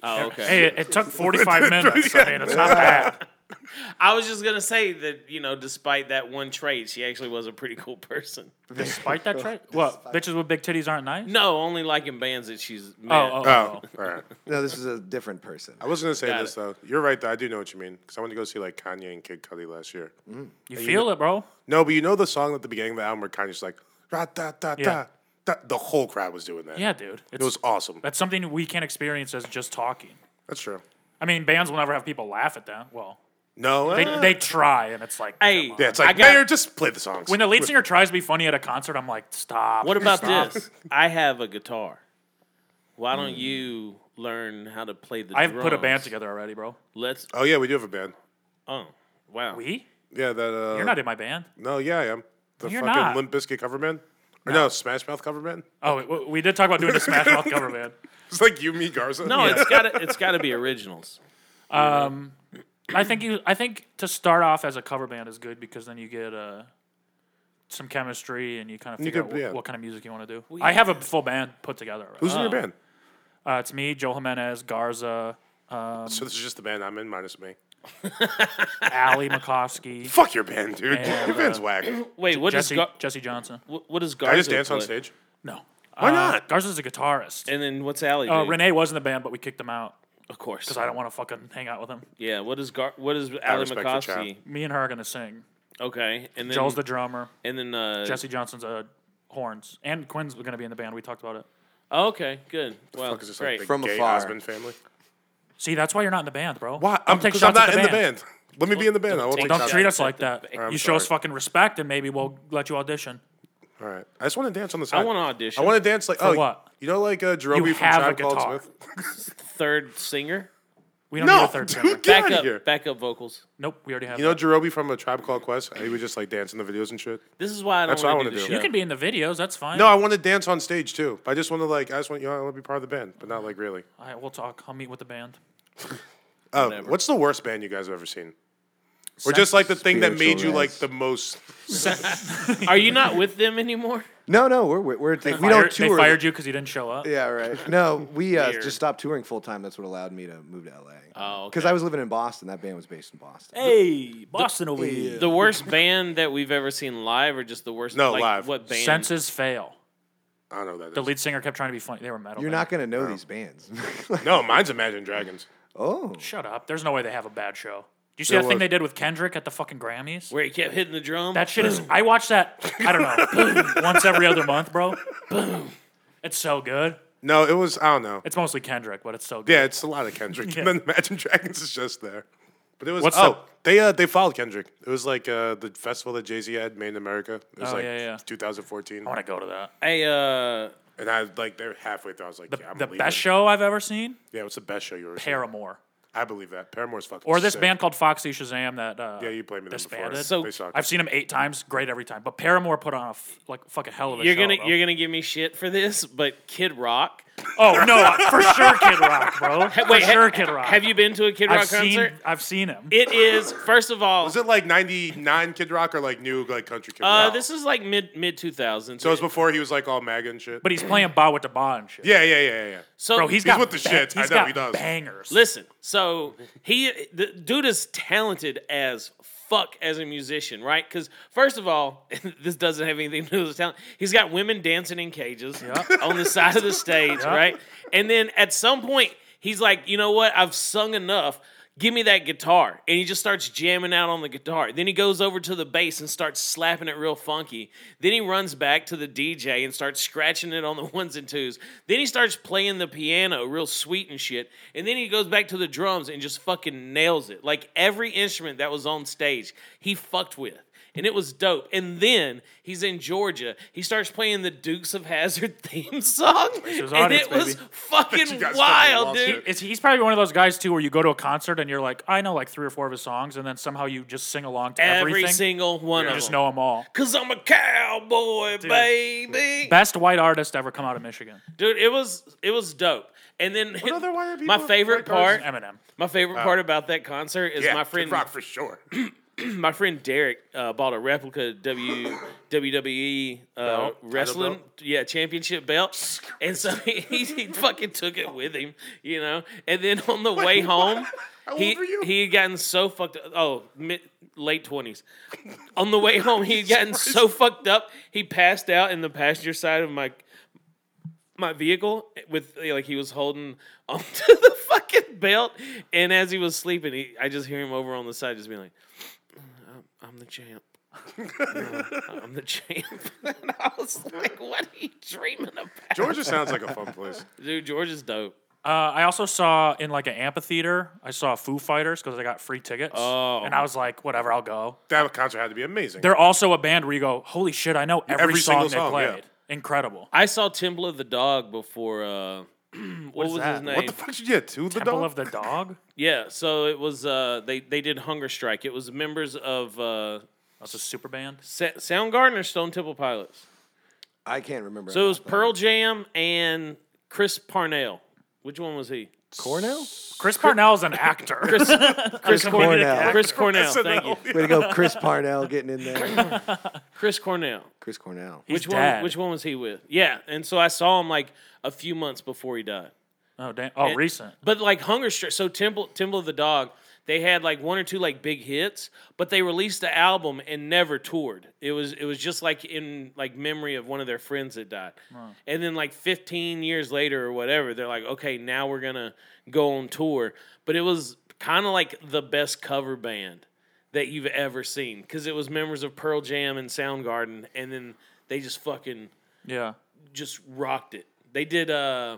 S1: Oh, okay.
S2: Hey, it, it took 45 minutes. I mean, it's not bad.
S1: I was just gonna say that you know, despite that one trait, she actually was a pretty cool person.
S2: Despite that trait? What? Bitches with big titties aren't nice?
S1: No, only liking bands that she's met.
S2: Oh, oh,
S3: Oh, all
S2: oh.
S3: right.
S5: No, this is a different person.
S3: I was gonna say
S1: Got
S3: this
S1: it.
S3: though. You're right though. I do know what you mean because I went to go see like Kanye and Kid Cudi last year.
S2: You feel it, bro.
S3: No, but you know the song at the beginning of the album where Kanye's like, "Ra da da
S2: Yeah.
S3: da." da." The whole crowd was doing that.
S2: Yeah, dude.
S3: it was awesome.
S2: That's something we can't experience as just talking.
S3: That's true.
S2: I mean, bands will never have people laugh at them. Well,
S3: No,
S2: they,
S3: uh,
S2: they try, and it's like,
S1: Hey,
S2: come on.
S3: yeah, it's like
S1: I got-
S3: Mayor, just play the songs.
S2: when the lead singer tries to be funny at a concert, I'm like, stop.
S1: What about
S2: stop. Hmm.
S1: this? I have a guitar. Why don't you learn how to play the?
S2: I've put a band
S1: drums?
S2: together already, bro.
S1: Let's.
S3: oh yeah, we do have a band.
S1: Oh, wow.
S2: We?
S3: Yeah, that. Uh,
S2: You're not in my band.
S3: No, yeah, I am. The
S2: You're
S3: fucking
S2: not.
S3: Limp Bizkit cover band. Or no, Smash Mouth cover band.
S2: Oh, we, we did talk about doing a Smash Mouth cover band.
S3: It's like you, me, Garza.
S1: no, it's got to it's got to be originals.
S2: Um, I think you. I think to start off as a cover band is good because then you get uh, some chemistry and you kind of figure
S3: could-
S2: out wh-
S3: yeah.
S2: what kind of music you want to do. I have a full band put together. already.
S3: Who's in your band?
S2: Uh, it's me, Joel Jimenez, Garza,
S3: So this is just the band I'm in, minus me.
S2: Ali Makovsky,
S3: Fuck your band, dude.
S2: And,
S3: your band's
S2: uh,
S3: whack.
S1: Wait, what does
S2: Jesse
S1: Gar-
S2: Jesse Johnson.
S1: wh- what does Garza
S3: I just dance on
S1: play?
S3: stage.
S2: No,
S3: Why
S2: Uh,
S3: not?
S2: Garza's a guitarist.
S1: And then what's Allie?
S2: Uh,
S1: do?
S2: Renee was in the band, but we kicked him out
S1: of course.
S2: because I don't want to fucking hang out with him.
S1: Yeah. What is Gar? What is Allie
S3: respect your
S1: McCoskey?
S3: child.
S2: Me and her are gonna sing.
S1: Okay, and then
S2: Joel's the drummer.
S1: and then uh,
S2: Jesse Johnson's uh, horns, and Quinn's gonna be in the band. We talked about it.
S1: Oh, okay, good. Well,
S3: Fuck, is this
S1: great.
S3: like the
S5: From
S3: gay
S5: afar.
S3: husband family?
S2: See, that's why you're not in the band, bro.
S3: Why?
S2: Don't
S3: I'm,
S2: take
S3: 'cause I'm
S2: shots at
S3: not in the band. Let me be in the band. I won't
S1: take
S3: take
S2: Don't
S1: shots.
S3: shots.
S2: treat
S1: at
S2: us
S1: the
S2: like that.
S1: band. I'm
S2: you show us
S3: sorry.
S2: fucking respect, and maybe we'll let you audition.
S3: All right. I just want to dance on the side.
S1: I want to audition.
S3: I want to dance like oh,
S2: what?
S3: You know, like uh, Jerobi
S2: You
S3: from
S2: have a
S3: Child Called
S2: guitar.
S3: Smith.
S1: third singer.
S2: We don't need
S3: No,
S2: a third singer.
S3: dude, get
S1: Back
S3: out of
S1: up,
S3: here.
S1: back up vocals.
S2: Nope, we already have.
S3: You
S2: that.
S3: know Jerobi from a Tribe Called Quest? He would just like dance in the videos and shit.
S1: This is why I don't
S3: That's what I
S1: want to do
S3: wanna
S1: the
S3: do.
S1: show.
S2: you can be in the videos. That's fine.
S3: No, I want to dance on stage too. I just want to like I just want you know, I want to be part of the band, but not like really.
S2: All right, we'll talk. I'll meet with the band.
S3: Oh, what's the worst band you guys have ever seen? Or just like the thing that made you
S5: Spiritual
S3: like
S5: Rats.
S3: the most?
S1: Are you not with them anymore?
S5: No, no, we're we're, we're we
S2: Fired-
S5: don't tour.
S2: They fired you because you didn't show up.
S5: Yeah, right. No, we uh,
S1: Weird.
S5: just stopped touring full time. That's what allowed me to move to LA.
S1: Oh,
S5: because I was living in Boston. That band was based in Boston.
S2: Hey, Boston over here.
S1: The worst band that we've ever seen live, or just the worst?
S3: No,
S1: like,
S3: live.
S1: What band?
S2: Senses fail.
S3: I don't know what that.
S2: The
S3: is.
S2: lead singer kept trying to be funny. They were metal.
S5: You're
S2: band.
S5: not gonna know these bands.
S3: No, mine's Imagine Dragons.
S5: oh,
S2: Shut up. There's no way they have a bad show. Do you see
S3: There
S2: that thing
S3: was.
S2: they did with Kendrick at the fucking Grammys?
S1: Where he kept hitting the drum.
S2: That shit is. I watch that. I don't know. boom, once every other month, bro. Boom. It's so good.
S3: No, it was I don't know.
S2: It's mostly Kendrick, but it's so good.
S3: Yeah, it's a lot of Kendrick, and then Imagine Dragons is just there. But it was
S2: What's
S3: oh
S2: the-
S3: they uh, they followed Kendrick. It was like uh, the festival that Jay Z had made in America. It was
S2: Oh,
S3: like
S2: yeah, yeah. Oh,
S3: 2014,
S2: I want to go to that.
S1: Hey, uh,
S3: and I like they're halfway through. I was like,
S2: The,
S3: yeah, I'm
S2: the
S3: leaving.
S2: best show I've ever seen,
S3: Yeah, what's the best show you ever seen?
S2: Paramore,
S3: I believe that Paramore's fucking.
S2: or this
S3: sick.
S2: band called Foxy Shazam that uh,
S3: Yeah, you played me this before.
S2: disbanded.
S1: So-
S3: they suck.
S2: I've seen them eight times, great every time. But Paramore put on a f- like fucking hell of a
S1: you're
S2: show.
S1: gonna
S2: bro.
S1: you're gonna give me shit for this, but Kid Rock.
S2: oh no, for sure, Kid Rock, bro. For
S1: Wait, ha-
S2: sure, Kid Rock.
S1: Have you been to a Kid
S2: I've
S1: Rock
S2: seen,
S1: concert?
S2: I've seen him.
S1: It is first of all.
S3: was it like '99 Kid Rock or like new like country Kid
S1: uh,
S3: Rock?
S1: this is like mid mid two thousands.
S3: so it was before he was like all MAGA and shit.
S2: but he's playing Ba with the Ba and shit.
S3: yeah, yeah, yeah, yeah, yeah.
S1: so
S2: bro, he's got
S3: with the shits. I
S2: he's
S3: know
S2: got
S3: he does.
S2: bangers.
S1: Listen, so he the dude is talented as fuck as a musician, right? Because first of all, this doesn't have anything to do with his talent. He's got women dancing in cages on the side of the stage, right? And then at some point, he's like, you know what? I've sung enough. Give me that guitar. And he just starts jamming out on the guitar. Then he goes over to the bass and starts slapping it real funky. Then he runs back to the DJ and starts scratching it on the ones and twos. Then he starts playing the piano real sweet and shit. And then he goes back to the drums and just fucking nails it. Like every instrument that was on stage, he fucked with. and it was dope. And then he's in Georgia. He starts playing the Dukes of Hazard theme song,
S2: his
S1: and
S2: audience,
S1: it was
S2: baby.
S1: fucking
S3: guys fucking
S1: wild,
S3: lost
S1: dude.
S3: it.
S2: It's, he's probably one of those guys too, where you go to a concert and you're like, I know like three or four of his songs, and then somehow you just sing along to
S1: Every
S2: everything.
S1: single one
S2: you
S1: of
S2: just
S1: them.
S2: know them all.
S1: Cause I'm a cowboy, baby.
S2: Best white artist ever come out of Michigan.
S1: Dude, it was it was dope. And then
S3: other white
S1: my
S3: people
S1: favorite
S3: like
S1: part,
S3: ours is Oh.
S2: Eminem.
S1: my favorite part about that concert is
S3: Yeah,
S1: my
S3: Kid
S1: friend
S3: Rock for sure.
S1: my friend Derek uh, bought a replica W WWE uh,
S3: Belt,
S1: wrestling
S3: title
S1: yeah championship belt, and so he, he, he fucking took it with him, you know. And then on the way home,
S3: How
S1: he
S3: old were you?
S1: he had gotten so fucked up. Oh, mid, late twenties. On the way home, he had gotten so fucked up, he passed out in the passenger side of my my vehicle with like he was holding onto the fucking belt, and as he was sleeping, he, I just hear him over on the side just being like, "I'm, I'm the champ." No, I'm the champ, and I was like, "What are you dreaming about,
S3: Georgia sounds like a fun place.
S1: dude? George is dope."
S2: Uh, I also saw in like an amphitheater. I saw Foo Fighters because I got free tickets,
S1: Oh.
S2: and I was like, whatever, I'll go.
S3: That concert had to be amazing.
S2: They're also a band where you go, holy shit, I know every,
S3: Every
S2: song
S3: single
S2: they
S3: song, yeah.
S2: played. Incredible.
S1: I saw Temple of the Dog before. Uh, what
S2: is
S1: was
S2: that?
S1: his
S2: What
S1: name?
S3: what the fuck did you get? To the
S2: Temple
S3: dog?
S2: of the Dog.
S1: yeah, so it was. Uh, they they did hunger strike. It was members of uh,
S2: That's a super band.
S1: Sa- Soundgarden or Stone Temple Pilots.
S5: I can't remember.
S1: So it was Pearl Jam and Chris Parnell. Which one was he?
S5: Cornell.
S2: Chris Parnell's an actor.
S1: Chris
S5: Cornell.
S1: Chris Cornell. Thank you.
S5: Way to go, Chris Parnell getting in there.
S1: Chris Cornell.
S5: Chris Cornell.
S2: He's
S1: Which one?
S2: dead.
S1: Which one was he with? Yeah, and so I saw him like a few months before he died.
S2: Oh, damn. Oh, recent.
S1: But like Hunger Strike, so Temple Temple of the Dog, they had like one or two like big hits, but they released the album and never toured. It was it was just like in like memory of one of their friends that died. And then like 15 years later or whatever, they're like, okay, now we're gonna go on tour. But it was kind of like the best cover band that you've ever seen because it was members of Pearl Jam and Soundgarden, and then they just fucking
S2: Yeah.
S1: just rocked it. They did uh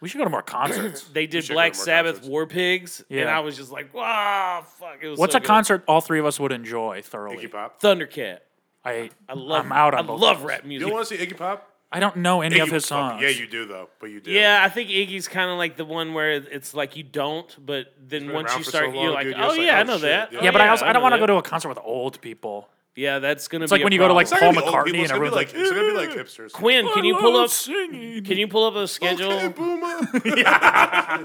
S2: We should go to more concerts.
S1: they did
S3: should go
S1: Black
S3: to more
S1: Sabbath
S3: concerts.
S1: War Pigs, and
S2: Yeah.
S1: I was just like, wow, fuck. It was
S2: What's
S1: so
S2: a
S1: good.
S2: concert all three of us would enjoy thoroughly?
S3: Iggy Pop.
S1: Thundercat.
S2: I
S1: I love.
S2: I'm out on
S1: I
S2: both
S1: love
S2: those.
S1: rap
S3: You
S1: music.
S3: don't want to see Iggy Pop?
S2: I don't know any of
S3: Iggy
S2: his
S3: Pop.
S2: songs.
S3: Yeah, you do though, but you do.
S1: yeah, I think Iggy's kind of like the one where it's like you don't, but then
S3: been
S1: once
S3: around
S1: you
S3: for so
S1: start, you're
S3: long,
S1: like,
S3: dude, you're
S1: oh
S3: just like,
S1: yeah, I
S3: oh,
S1: know
S3: shit,
S1: that.
S3: yeah.
S1: Oh,
S2: Yeah, but I also I don't want to
S1: know
S2: go
S1: that."
S2: to a concert with old people.
S1: Yeah, that's gonna.
S2: It's like when you go to like
S3: It's not
S2: Paul
S3: gonna be old
S2: McCartney
S3: people,
S2: and
S3: it's
S2: I
S3: gonna
S2: really
S3: be like
S2: like.
S3: it's gonna be like hipsters.
S1: Quinn, can you pull up?
S2: Singing.
S1: Can you pull up a schedule?
S3: Okay, boomer.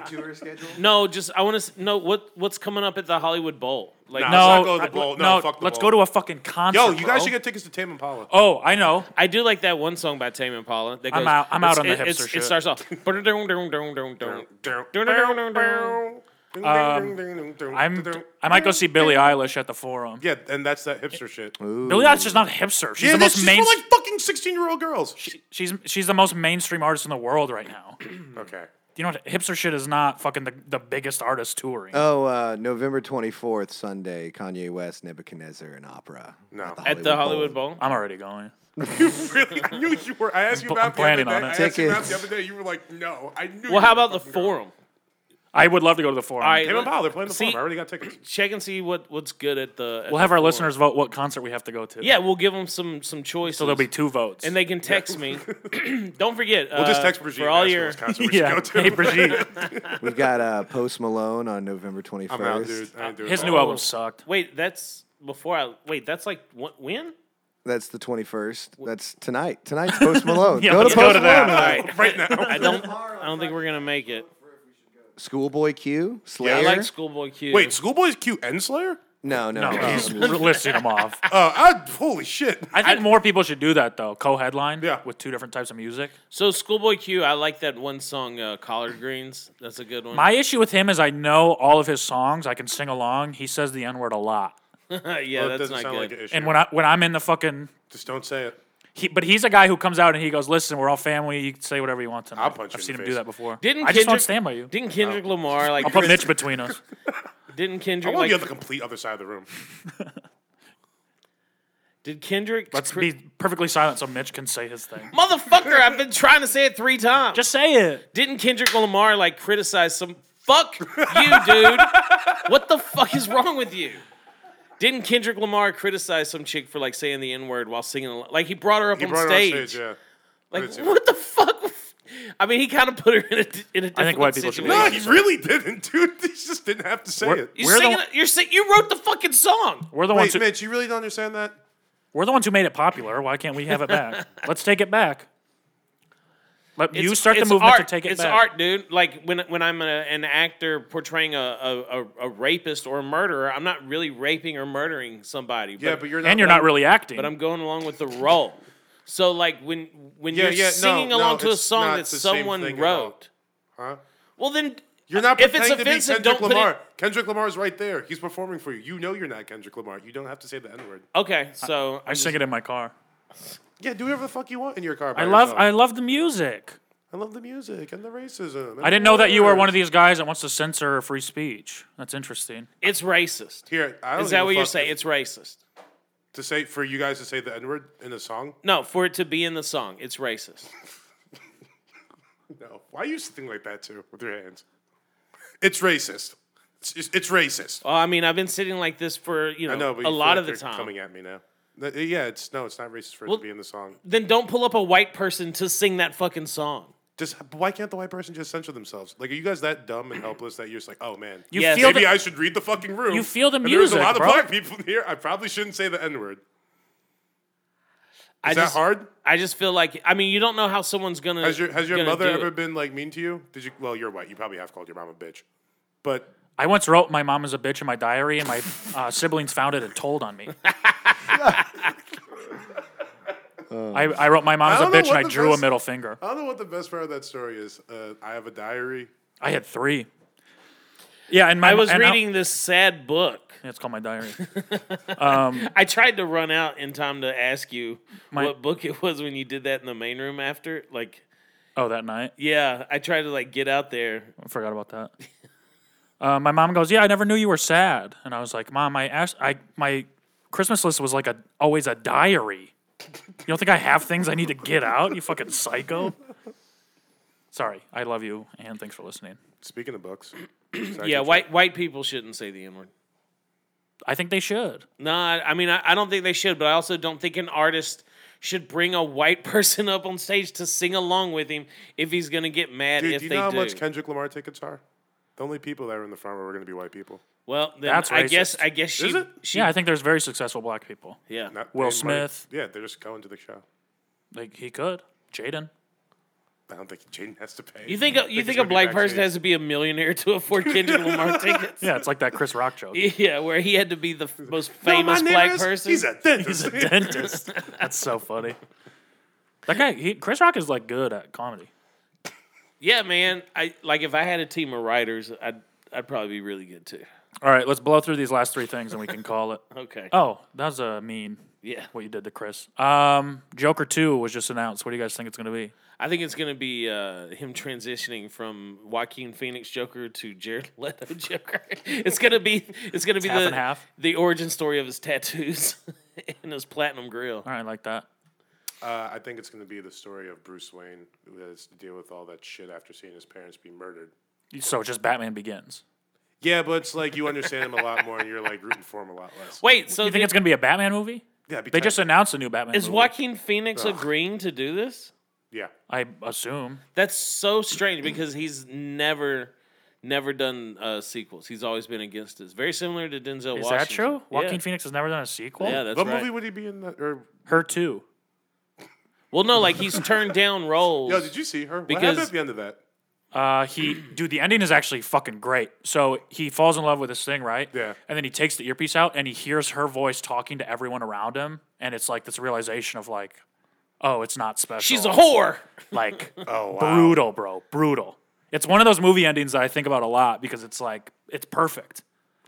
S5: Tour schedule.
S1: No, just I want to know what what's coming up at the Hollywood Bowl. Like,
S3: Nah.
S2: No,
S3: Let's not go to the
S2: I-
S3: bowl. No,
S2: no,
S3: fuck the
S2: let's
S3: bowl.
S2: go to a fucking concert.
S3: Yo, you guys
S2: bro.
S3: should get tickets to Tame Impala.
S2: Oh, I know.
S1: I do like that one song by Tame Impala. That goes,
S2: I'm out- I'm out
S1: it's-
S2: on the
S1: it, it's-
S2: hipster
S1: It
S2: shit.
S1: starts off. Dude,
S2: Um, I'm. I might go see Billie Eilish at the Forum.
S3: Yeah, and that's that hipster shit.
S2: Billie Eilish is not hipster. She's
S3: Yeah,
S2: the
S3: that's
S2: most
S3: just
S2: main.
S3: for like fucking sixteen-year-old girls.
S2: she's she's the most mainstream artist in the world right now.
S3: Okay.
S2: You know what? Hipster shit is not fucking the, the biggest artist touring.
S5: Oh, uh, November 24th, Sunday, Kanye West, Nebuchadnezzar, and opera.
S3: No.
S1: at the Hollywood Bowl.
S2: I'm already going.
S3: really? I knew you were. I asked you
S2: I'm
S3: about the
S2: planning
S3: other day.
S2: on
S3: I
S2: it.
S3: asked you about the
S5: Tickets.
S3: other day. You were like, no. I knew.
S1: Well, how about the forum?
S2: I would love to go to the Forum.
S1: All right,
S3: Tame Impala. They're playing the
S1: See-
S3: forum. I already got tickets.
S2: uh,
S1: Check and see what what's good at the. at
S2: We'll have
S1: the
S2: our
S1: forum.
S2: listeners vote what concert we have to go to.
S1: Yeah, we'll give them some some choices.
S2: So there'll be two votes.
S1: and they can text me. Don't forget.
S3: We'll just
S1: uh,
S3: text Brigitte
S1: for all
S3: and ask her
S1: your.
S3: which concert we should
S2: yeah.
S3: go to.
S2: Hey, Brigitte.
S5: We've got uh, Post Malone on November 21st.
S3: I'm out, dude. I ain't doing
S2: His
S3: that.
S2: new
S1: Oh.
S2: album sucked.
S1: Wait, that's before I. Wait, that's like wh- when?
S5: That's the 21st. That's tonight. Tonight's Post Malone.
S2: Yeah,
S5: go to
S2: let's go
S5: Post
S2: to
S5: Malone.
S2: that.
S1: right, right now. I don't. I don't think we're gonna make it.
S5: Schoolboy Q, Slayer.
S1: I like Schoolboy Q.
S3: Wait, Schoolboy's Q and Slayer?
S5: no, no,
S2: No,
S5: no.
S2: he's listing them off.
S3: Oh, I, holy shit.
S2: I think more people should do that though. Co-headline
S3: Yeah.
S2: with two different types of music.
S1: so Schoolboy Q, I like that one song, uh, "Collard Greens." That's a good one.
S2: My issue with him is I know all of his songs. I can sing along. He says the n-word a lot.
S1: yeah,
S3: Well, it
S1: that's
S3: doesn't
S1: not
S3: sound
S1: good.
S3: like an issue.
S2: And when I when I'm in the fucking
S3: Just don't say it.
S2: he, but he's a guy who comes out and he goes, "Listen, we're all family. You can say whatever you want to."
S3: I'll punch you
S2: I've
S3: in
S2: seen
S3: the
S2: him
S3: face.
S2: do that before.
S1: Didn't
S2: I just
S1: Kendrick-
S2: won't stand by you.
S1: Didn't Kendrick Lamar like?
S2: I'll put
S1: Chris-
S2: Mitch between us.
S1: Didn't
S3: I
S1: Kendrick
S3: want to be
S1: like?
S3: on the complete other side of the room.
S1: Did Kendrick?
S2: Let's
S1: Chris-
S2: be perfectly silent so Mitch can say his thing.
S1: Motherfucker, I've been trying to say it three times.
S2: Just say it.
S1: didn't Kendrick Lamar like criticize some fuck you, dude? what the fuck is wrong with you? Didn't Kendrick Lamar criticize some chick for like saying the N word while singing? a lo- Like he brought her up
S3: He
S1: on,
S3: brought
S1: stage.
S3: her on stage, yeah.
S1: Like
S3: That's it.
S1: what the fuck? I mean, he kind of put her in a di- in a difficult
S2: I think white people should
S1: situation.
S2: be
S3: No, he really didn't, dude. He just didn't have to say
S2: We're-
S3: it.
S1: You're
S2: We're the
S1: singing.
S2: one-
S1: you're sing, You wrote the fucking song.
S2: We're the ones
S3: Wait,
S2: who
S3: Mitch, you really don't understand that?
S2: we're the ones who made it popular. Why can't we have it back? Let's take it back. Let you
S1: It's-
S2: start the
S1: it's
S2: movement
S1: art.
S2: to take it
S1: it's
S2: back.
S1: art, dude. Like when when I'm a, an actor portraying a, a, a, a rapist or a murderer, I'm not really raping or murdering somebody.
S3: Yeah, but you're not.
S2: And you're not really acting.
S1: but I'm going along with the role. So like when when
S3: Yeah,
S1: you're
S3: yeah, no,
S1: singing
S3: no,
S1: along to a
S3: it's
S1: song
S3: not
S1: that
S3: the same
S1: someone
S3: thing at all.
S1: wrote.
S3: Huh?
S1: Well then
S3: You're not
S1: if it's
S3: pretending
S1: offensive,
S3: to be
S1: don't
S3: Kendrick
S1: put
S3: Lamar.
S1: it.
S3: Kendrick Lamar is right there. He's performing for you. You know you're not Kendrick Lamar. You don't have to say the N word.
S1: Okay, so
S2: I sing it in my car.
S3: Yeah, do whatever the fuck you want in your car. by
S2: I love
S3: yourself.
S2: I love the music.
S3: I love the music and the racism. and
S2: I didn't
S3: the
S2: know that you were
S3: words.
S2: one of these guys that wants to censor free speech. That's interesting.
S1: it's racist.
S3: Here, I don't
S1: Is that
S3: give a
S1: what you're
S3: fuck
S1: saying?
S3: if-
S1: It's racist.
S3: to say for you guys to say the N word in a song?
S1: No, for it to be in the song, it's racist.
S3: No. Why are you sitting like that too with your hands? It's racist. It's, it's, it's racist.
S1: Well, I mean, I've been sitting like this for you know,
S3: I know, but
S1: a
S3: you feel
S1: lot
S3: like
S1: of the
S3: they're
S1: time.
S3: coming at me now. Th- Yeah, it's no, it's not racist for it
S1: Well-
S3: to be in the song.
S1: Then don't pull up a white person to sing that fucking song.
S3: Just why can't the white person just censor themselves? Like, are you guys that dumb and helpless that you're just like, oh man,
S2: You
S1: Yes.
S2: feel
S3: maybe
S2: the,
S3: I should read the fucking room?
S2: You feel the
S3: And There's a
S2: music,
S3: lot
S2: bro.
S3: of black people here. I probably shouldn't say the N word.
S1: I
S3: Is that
S1: just,
S3: hard?
S1: I just feel like I mean, you don't know how someone's gonna.
S3: Has your has your
S1: gonna
S3: mother
S1: do
S3: ever
S1: it.
S3: been like mean to you? Did you? Well, you're white. You probably have called your mom a bitch. But
S2: I once wrote "My mom is a bitch" in my diary, and my uh, siblings found it and told on me. I, I wrote "My mom
S3: I
S2: is a
S3: don't know
S2: bitch" and
S3: what
S2: I
S3: the
S2: drew a
S3: best-
S2: middle finger.
S3: I don't know what the best part of that story is. Uh, I have a diary.
S2: I had three. Yeah, and my
S1: I was
S2: and
S1: reading this sad book.
S2: it's called my diary. Um,
S1: I tried to run out in time to ask you
S2: My-
S1: what book it was when you did that in the main room after. Like,
S2: Oh, that night.
S1: yeah, I tried to like get out there.
S2: I forgot about that. Uh, my mom goes, "Yeah, I never knew you were sad," and I was like, "Mom, I asked, I my Christmas list was like a always a diary. You don't think I have things I need to get out? You fucking psycho." Sorry, I love you, and thanks for listening.
S3: Speaking of books,
S1: Yeah, white white people shouldn't say the N word.
S2: I think they should.
S1: No, I, I mean I, I don't think they should, but I also don't think an artist should bring a white person up on stage to sing along with him if he's gonna get mad
S3: dude,
S1: if
S3: do you
S1: they
S3: know how
S1: do.
S3: much Kendrick Lamar tickets are? The only people that are in the front row are going to be white people.
S1: well, then
S2: That's
S1: I guess
S2: racist.
S1: I guess she
S3: Is it?
S1: she
S2: yeah, I think there's very successful black people.
S1: yeah.
S3: Not
S2: Will
S3: paying money.
S2: Smith.
S3: Yeah, they're just going to the show.
S2: Like he could, Jaden.
S3: I don't think Jaden has to pay.
S1: You think a, you
S3: it's
S1: think a
S3: gonna be
S1: black person
S3: vaccinated.
S1: has to be a millionaire to afford Kendrick Lamar tickets?
S2: Yeah, it's like that Chris Rock joke.
S1: Yeah, where he had to be the f- most
S3: No, my
S1: famous
S3: neighbor
S1: black
S3: is-
S1: person.
S3: He's a dentist.
S2: He's a dentist. That's so funny. That guy, he, Chris Rock is like good at comedy.
S1: yeah, man. I like if I had a team of writers, I'd I'd probably be really good too.
S2: All right, let's blow through these last three things and we can call it.
S1: Okay.
S2: Oh, that was a mean
S1: yeah.
S2: what you did to Chris. Um, Joker Two was just announced. What do you guys think it's going to be?
S1: I think it's gonna be uh, him transitioning from Joaquin Phoenix Joker to Jared Leto Joker. it's gonna be it's gonna be
S2: half
S1: the
S2: and half.
S1: the origin story of his tattoos and his platinum grill.
S2: All right, I like that.
S3: Uh, I think it's going to be the story of Bruce Wayne who has to deal with all that shit after seeing his parents be murdered.
S2: So just Batman Begins.
S3: Yeah, but it's like you understand him a lot more, and you're like rooting for him a lot less.
S1: Wait, so
S2: You think
S1: the-
S2: it's going to be a Batman movie?
S3: Yeah, it'd be
S2: They
S3: tight.
S2: just announced a new Batman.
S1: is
S2: movie,
S1: Joaquin Phoenix agreeing to do this?
S3: yeah.
S2: I assume.
S1: That's so strange because he's never, never done uh, sequels. He's always been against this. Very similar to Denzel.
S2: Is
S1: Washington.
S2: that true? Joaquin
S1: yeah.
S2: Phoenix has never done a sequel.
S1: Yeah, that's
S3: What
S1: right.
S3: movie would he be in? That, or
S2: Her too.
S1: Well, no, like he's turned down roles.
S3: yo, did you see her? what
S1: Because-
S3: happened at the end of that?
S2: Uh, he dude, the ending is actually fucking great. So he falls in love with this thing, right?
S3: Yeah.
S2: And then he takes the earpiece out and he hears her voice talking to everyone around him, and it's like this realization of like, oh, it's not special.
S1: She's a whore.
S2: like
S3: Oh,
S2: brutal, bro, brutal. It's one of those movie endings that I think about a lot because it's like it's perfect.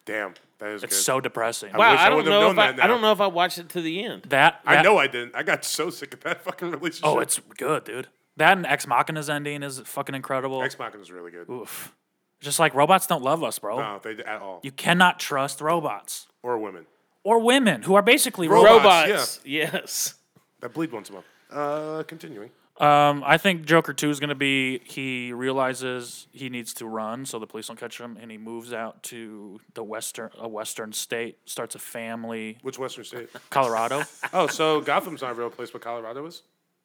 S3: Damn, that is
S2: It's
S3: good.
S2: so depressing.
S1: Wow,
S3: wish I
S1: I, don't
S3: would've
S1: know
S3: known
S1: if I,
S3: that now.
S1: I don't know if I watched it to the end.
S2: That,
S3: I
S2: that-
S3: know I didn't. I got so sick of that fucking relationship.
S2: Oh, it's good, dude. That and Ex Machina's ending is fucking incredible.
S3: Ex Machina is really good.
S2: Oof. Just like robots don't love us, bro.
S3: No, they at all
S2: You cannot trust robots
S3: or women
S2: or women who are basically robots.
S3: Robots,
S1: Robots. Yes.
S3: that bleed once a month. Uh, continuing.
S2: Um, I think Joker Two is going to be he realizes he needs to run so the police don't catch him, and he moves out to the western a western state, starts a family,
S3: Which Western state?
S2: Colorado.
S3: oh, so Gotham's not a real place, but Colorado is?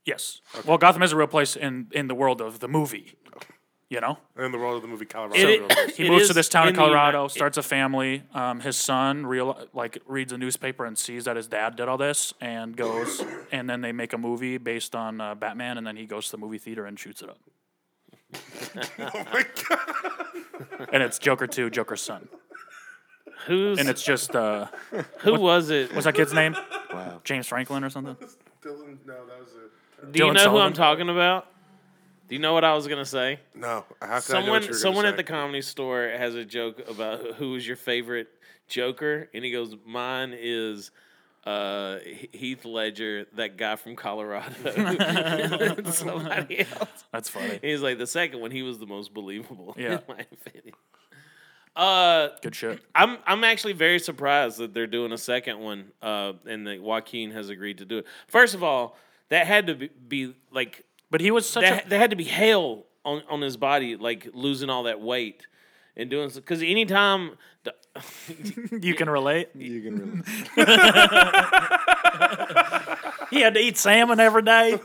S2: yes. Well, Gotham is a real place in in the world of the movie. You know,
S3: And in the world of the movie Colorado.
S1: It-
S3: is a real place.
S2: he
S1: it
S2: moves to
S1: is
S2: this town in
S1: in the Uni-
S2: Colorado,
S1: it-
S2: starts a family. Um, his son real like reads a newspaper and sees that his dad did all this, and goes, and then they make a movie based on uh, Batman, and then he goes to the movie theater and shoots it up,
S3: oh my God.
S2: and it's Joker Two, Joker's son,
S1: Who's
S2: and it's just uh,
S1: who was it?
S2: what's that kid's name?
S5: Wow.
S2: James Franklin or something?
S3: Dylan, no, that was it.
S1: Do you
S2: Dylan
S1: know who
S2: Sullivan?
S1: I'm talking about? Do you know what I was gonna say?
S3: No, how could I know
S1: Someone,
S3: what you were
S1: someone
S3: gonna
S1: at the
S3: say?
S1: comedy store has a joke about who- who is your favorite Joker, and he goes, "Mine is uh, He- Heath Ledger, that guy from Colorado." And Somebody else.
S2: That's funny.
S1: He's like the second one. He was the most believable. in
S2: Yeah.
S1: my opinion. Uh,
S2: Good shit.
S1: I'm I'm actually very surprised that they're doing a second one, uh, and that Joaquin has agreed to do it. First of all, that had to be, be like
S2: But he was such
S1: that,
S2: a
S1: that had to be hell on, on his body, like losing all that weight and doing because anytime the,
S2: you can relate.
S5: You can really.
S2: He had to eat salmon every day.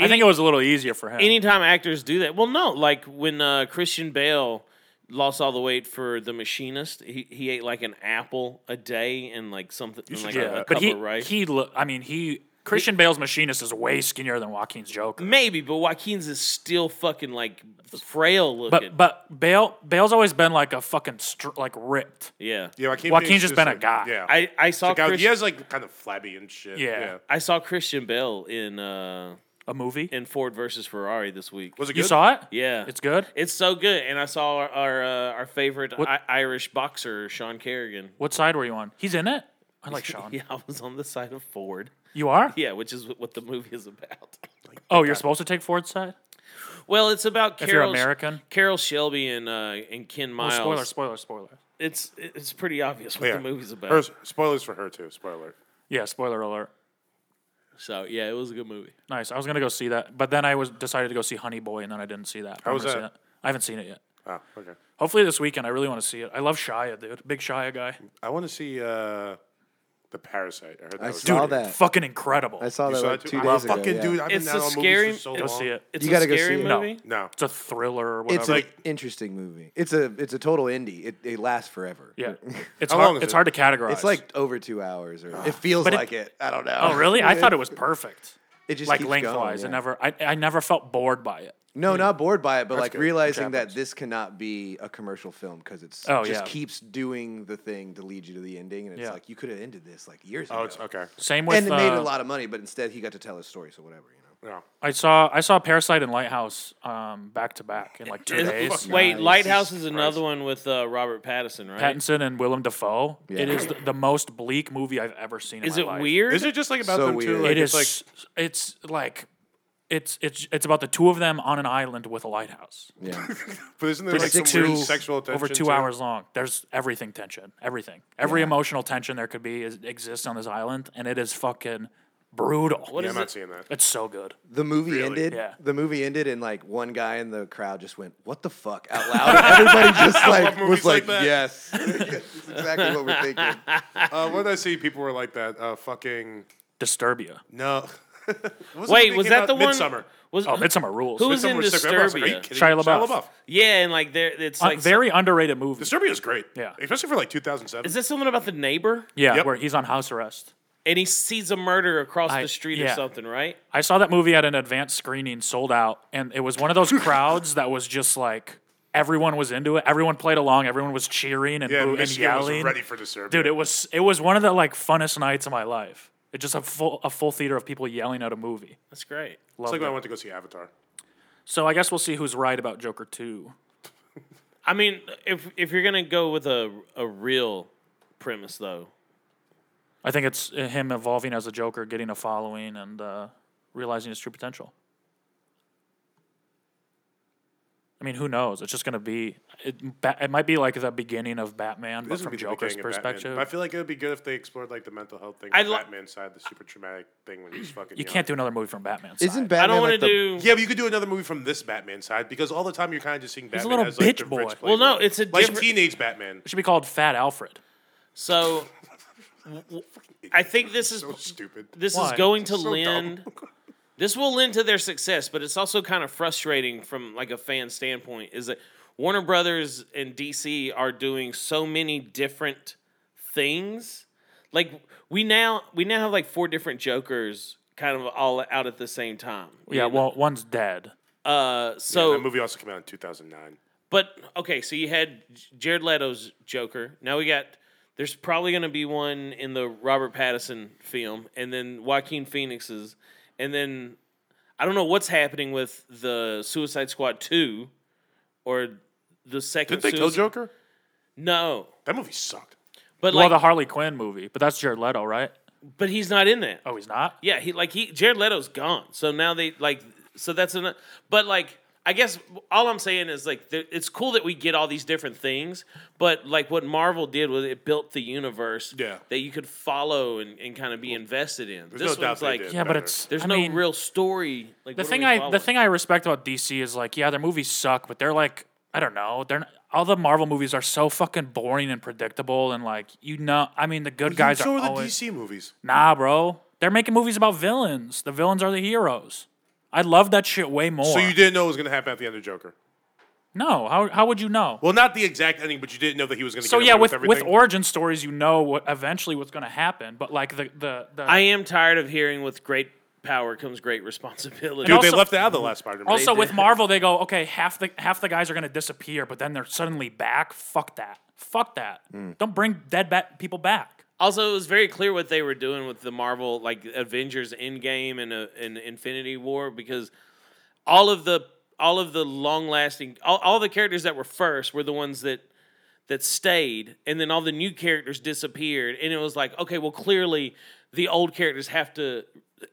S2: I think it was a little easier for him.
S1: anytime actors do that, well, no, like when uh, Christian Bale lost all the weight for The Machinist, he, he ate like an apple a day and like something, and, like
S3: do
S1: a,
S3: that.
S1: a
S2: but
S1: cup
S2: he
S1: of rice.
S2: he lo- I mean he Christian Bale's machinist is way skinnier than Joaquin's Joker.
S1: Maybe, but Joaquin's is still fucking like frail looking.
S2: But but Bale Bale's always been like a fucking str- like ripped.
S1: yeah,
S3: Yeah, Joaquin
S2: Joaquin's
S3: Phoenix
S2: just
S3: is
S2: been a
S3: like-
S2: guy.
S3: Yeah.
S1: I I saw
S3: Like, how-
S1: Chris,
S3: he has like kind of flabby and shit.
S2: Yeah.
S1: I saw Christian Bale in uh
S2: A movie.
S1: in Ford versus Ferrari this week.
S3: Was it good?
S2: you saw it?
S1: yeah,
S2: It's good.
S1: It's so good, and I saw our our, uh, our favorite I- Irish boxer Sean Kerrigan.
S2: What side were you on? He's in it. I like Sean.
S1: Yeah, I was on the side of Ford.
S2: You are?
S1: Yeah, which is wh- what the movie is about.
S2: Oh, you're supposed to take Ford's side?
S1: Well, it's about
S2: If you're
S1: Carol,
S2: American?
S1: Carol Shelby and uh, and Ken
S2: Oh,
S1: Miles.
S2: spoiler, spoiler, spoiler.
S1: It's it's pretty obvious what
S3: Oh, Yeah.
S1: the movie's about.
S3: Her, spoilers for her too. Spoiler.
S2: Yeah, spoiler alert.
S1: So yeah, it was a good movie.
S2: Nice. I was gonna go see that, but then I was decided to go see Honey Boy, and then I didn't see that. How
S3: was that?
S2: I haven't seen it yet.
S3: Oh, okay.
S2: Hopefully this weekend. I really want to see it. I love Shia, dude. Big Shia guy.
S3: I want to see uh, the Parasite. I heard that
S5: I
S3: was
S5: saw
S3: good.
S5: that.
S2: Fucking incredible.
S5: I saw
S3: You
S5: that
S3: saw
S5: like
S3: it, too?
S5: two
S3: I
S5: days ago.
S3: fucking
S5: yeah.
S3: dude, I've
S1: It's
S3: been
S1: a
S3: out on
S1: scary-
S3: movies for so
S2: Go
S3: long.
S2: see it.
S1: It's
S5: You
S1: a
S5: gotta go
S1: scary
S5: see it.
S2: No.
S1: movie.
S3: No,
S2: It's a thriller or whatever.
S5: It's an
S3: like-
S5: interesting movie. It's a it's a total indie. It, it lasts forever.
S2: yeah. It's
S3: How
S2: hard,
S3: long is
S2: it's
S3: it?
S2: hard to categorize.
S5: It's like over two hours, or it feels
S2: But it-
S5: like it. I don't know.
S2: Oh really? I thought it was perfect.
S5: It just
S2: like
S5: keeps going,
S2: lengthwise.
S5: yeah.
S2: I never I, I never felt bored by it.
S5: No, not bored by it, but like
S3: good.
S5: realizing
S3: Which
S5: that
S3: happens.
S5: this cannot be a commercial film because it's
S2: Oh,
S5: just
S2: yeah.
S5: keeps doing the thing to lead you to the ending, and it's
S2: Yeah.
S5: like you could have ended this like years ago.
S3: Oh, it's okay.
S2: Same with
S5: and it made
S2: uh,
S5: a lot of money, but instead he got to tell his story, so whatever, you know.
S3: No.
S2: I saw I saw Parasite and Lighthouse um, back to back in like two
S1: It's-
S2: days.
S1: Wait,
S5: Nice.
S1: Lighthouse is another one with uh, Robert Pattinson, right?
S2: Pattinson and Willem Dafoe. It
S5: Yeah.
S2: is the, the most bleak movie I've ever seen.
S1: Is
S2: in
S1: it
S2: my life.
S1: weird?
S3: Is it just like about
S5: So
S3: them too?
S5: weird.
S3: Like,
S2: It
S3: it's
S2: is.
S3: like
S2: It's like, it's it's about the two of them on an island with a lighthouse.
S5: Yeah,
S3: But isn't there like
S5: There's
S3: some
S5: like
S3: weird
S5: two-
S3: sexual tension?
S2: over two
S3: too?
S2: hours long. There's everything tension, everything, every emotional tension there could be is, exists on this island, and it is fucking brutal.
S1: What
S3: Yeah,
S1: is
S3: I'm not
S1: it?
S3: seeing that.
S2: It's so good.
S5: the movie ended.
S2: Yeah.
S5: The movie ended, and like one guy in the crowd just went, "What the fuck!" out loud. and Everybody just like
S3: movies
S5: was
S3: like
S5: like,
S3: that.
S5: "Yes, that's exactly what we're thinking."
S3: Uh, what did I see? People were like that. Uh, fucking
S2: Disturbia.
S3: no. What was the movie
S1: Wait, was
S3: came
S1: that
S3: out?
S1: the one?
S3: Midsummer.
S1: Was
S2: Oh, Midsummer rules.
S1: Who was- in
S3: Midsummer was sick. Everyone was like, Are you
S1: Disturbia?
S3: kidding?
S2: Shia LaBeouf.
S1: yeah, and like there, it's
S2: Uh,
S1: like
S2: very underrated movie.
S3: Disturbia is great.
S2: Yeah.
S3: Especially for like 2007.
S1: Is this something about the neighbor?
S2: Yeah,
S3: Yep.
S2: where he's on house arrest.
S1: And he sees a murder across
S2: I-
S1: the street
S2: yeah.
S1: or something, right?
S2: I saw that movie at an advanced screening, sold out, and it was one of those crowds that was just like everyone was into it. Everyone played along. Everyone was cheering and,
S3: yeah,
S2: boo- and
S3: Michigan was
S2: yelling.
S3: ready for Disturbia.
S2: Dude, it was it was one of the like funnest nights of my life. It just a full a full theater of people yelling at a movie.
S1: That's great.
S2: Loved
S3: it's like
S2: it.
S3: when I went to go see Avatar.
S2: So I guess we'll see who's right about Joker 2.
S1: I mean, if if you're gonna go with a a real premise though,
S2: I think it's uh, him evolving as a Joker, getting a following, and uh, realizing his true potential. I mean, who knows? It's just going to be. It, ba- it might be like the beginning of Batman, but
S3: This would
S2: from
S3: be the
S2: Joker's
S3: beginning of Batman.
S2: perspective.
S3: But I feel like it would be good if they explored like the mental health thing,
S1: I'd
S3: the
S1: li-
S3: Batman side, the super traumatic thing when he's fucking.
S2: you
S3: young.
S2: can't do another movie from Batman.
S5: Isn't
S2: side.
S5: Batman
S1: I don't want
S5: like
S1: to do.
S5: the,
S3: Yeah, but you could do another movie from this Batman side because all the time you're kind of just seeing Batman
S2: a little
S3: as like
S2: bitch
S3: the
S2: boy.
S3: rich
S1: Well, no,
S3: playboy.
S1: it's a
S3: like
S1: different.
S3: teenage Batman.
S2: It should be called Fat Alfred.
S1: So, I think this is
S3: So stupid.
S1: this is
S2: Why?
S1: going to
S3: So dumb.
S1: lend. This will lend to their success, but it's also kind of frustrating from like a fan standpoint. Is that Warner Brothers and DC are doing so many different things? Like we now we now have like four different Jokers kind of all out at the same time.
S2: Yeah, well, one's dead.
S1: Uh, so
S3: that movie also came out in 2009.
S1: But okay, so you had Jared Leto's Joker. Now we got. There's probably going to be one in the Robert Pattinson film, and then Joaquin Phoenix's, and then I don't know what's happening with the Suicide Squad two, or the 2nd
S3: Did they kill
S1: Suic-
S3: Joker?
S1: No,
S3: That movie sucked.
S1: but
S2: well,
S1: like,
S2: the Harley Quinn movie, but that's Jared Leto, right?
S1: but he's not in that.
S2: Oh, he's not.
S1: Yeah, he like he Jared Leto's gone. So now they like so that's an but like I guess all I'm saying is like th- it's cool that we get all these different things, but like what Marvel did was it built the universe
S3: Yeah.
S1: that you could follow and, and kind of be invested in.
S3: no
S1: this
S3: doubt
S1: one's
S3: they
S1: like
S3: did.
S2: Yeah, but
S3: Better.
S2: it's
S1: there's
S2: I
S1: no
S2: mean,
S1: real story. Like
S2: The
S1: what are
S2: thing
S1: we
S2: I the
S1: following?
S2: thing I respect about DC is like, yeah, their movies suck, but they're like, I don't know, they're not, all the Marvel movies are so fucking boring and predictable, and like, you know, I mean, the good guys
S3: so
S2: are
S3: are the
S2: always
S3: DC movies.
S2: nah, bro. They're making movies about villains. The villains are the heroes. I love that shit way more.
S3: So you didn't know what was going to happen at the end of Joker.
S2: No, how how would you know?
S3: Well, not the exact ending, but you didn't know that he was going to.
S2: so
S3: get
S2: yeah,
S3: away
S2: with
S3: with,
S2: with
S3: everything.
S2: origin stories, you know what eventually what's going to happen, but like the the, the
S1: I am tired of hearing with great power comes great responsibility.
S3: Dude, they
S2: also-
S3: left it out of the last Spider-Man.
S2: Also, with Marvel, they go, okay, half the half the guys are gonna disappear, but then they're suddenly back. Fuck that. Fuck that.
S3: Hmm.
S2: Don't bring dead bat people back.
S1: Also, it was very clear what they were doing with the Marvel, like Avengers Endgame and uh, and Infinity War, because all of the all of the long lasting, all, all the characters that were first were the ones that that stayed, and then all the new characters disappeared, and it was like, okay, well, clearly the old characters have to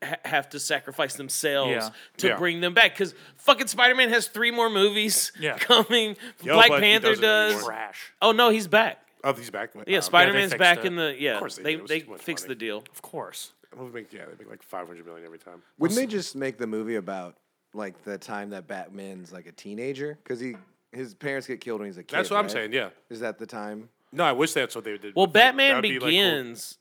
S1: ha- have to sacrifice themselves
S2: Yeah.
S1: to
S3: Yeah.
S1: bring them back, because fucking Spider Man has three more movies
S2: Yeah.
S1: coming,
S3: Yo,
S1: Black
S3: but he
S1: Panther
S3: doesn't
S1: does.
S3: anymore.
S2: Crash.
S1: Oh no, he's back.
S3: oh, he's back. Like,
S1: Yeah,
S3: oh,
S1: Spider Man's
S2: fixed
S1: back
S2: it.
S1: in the yeah.
S3: course they
S1: they
S3: did. It was
S1: they,
S3: too much
S1: fixed
S3: money.
S1: the deal.
S2: Of course.
S3: That movie make- Yeah, they make like 500 million every time.
S5: Wouldn't they just make the movie about like the time that Batman's like a teenager? Because he his parents get killed when he's a kid.
S3: That's what I'm
S5: right?
S3: saying. Yeah.
S5: Is that the time?
S3: No, I wish that's what they did.
S1: Well,
S3: with it.
S1: Batman
S3: That'd be, like, cool.
S1: Begins.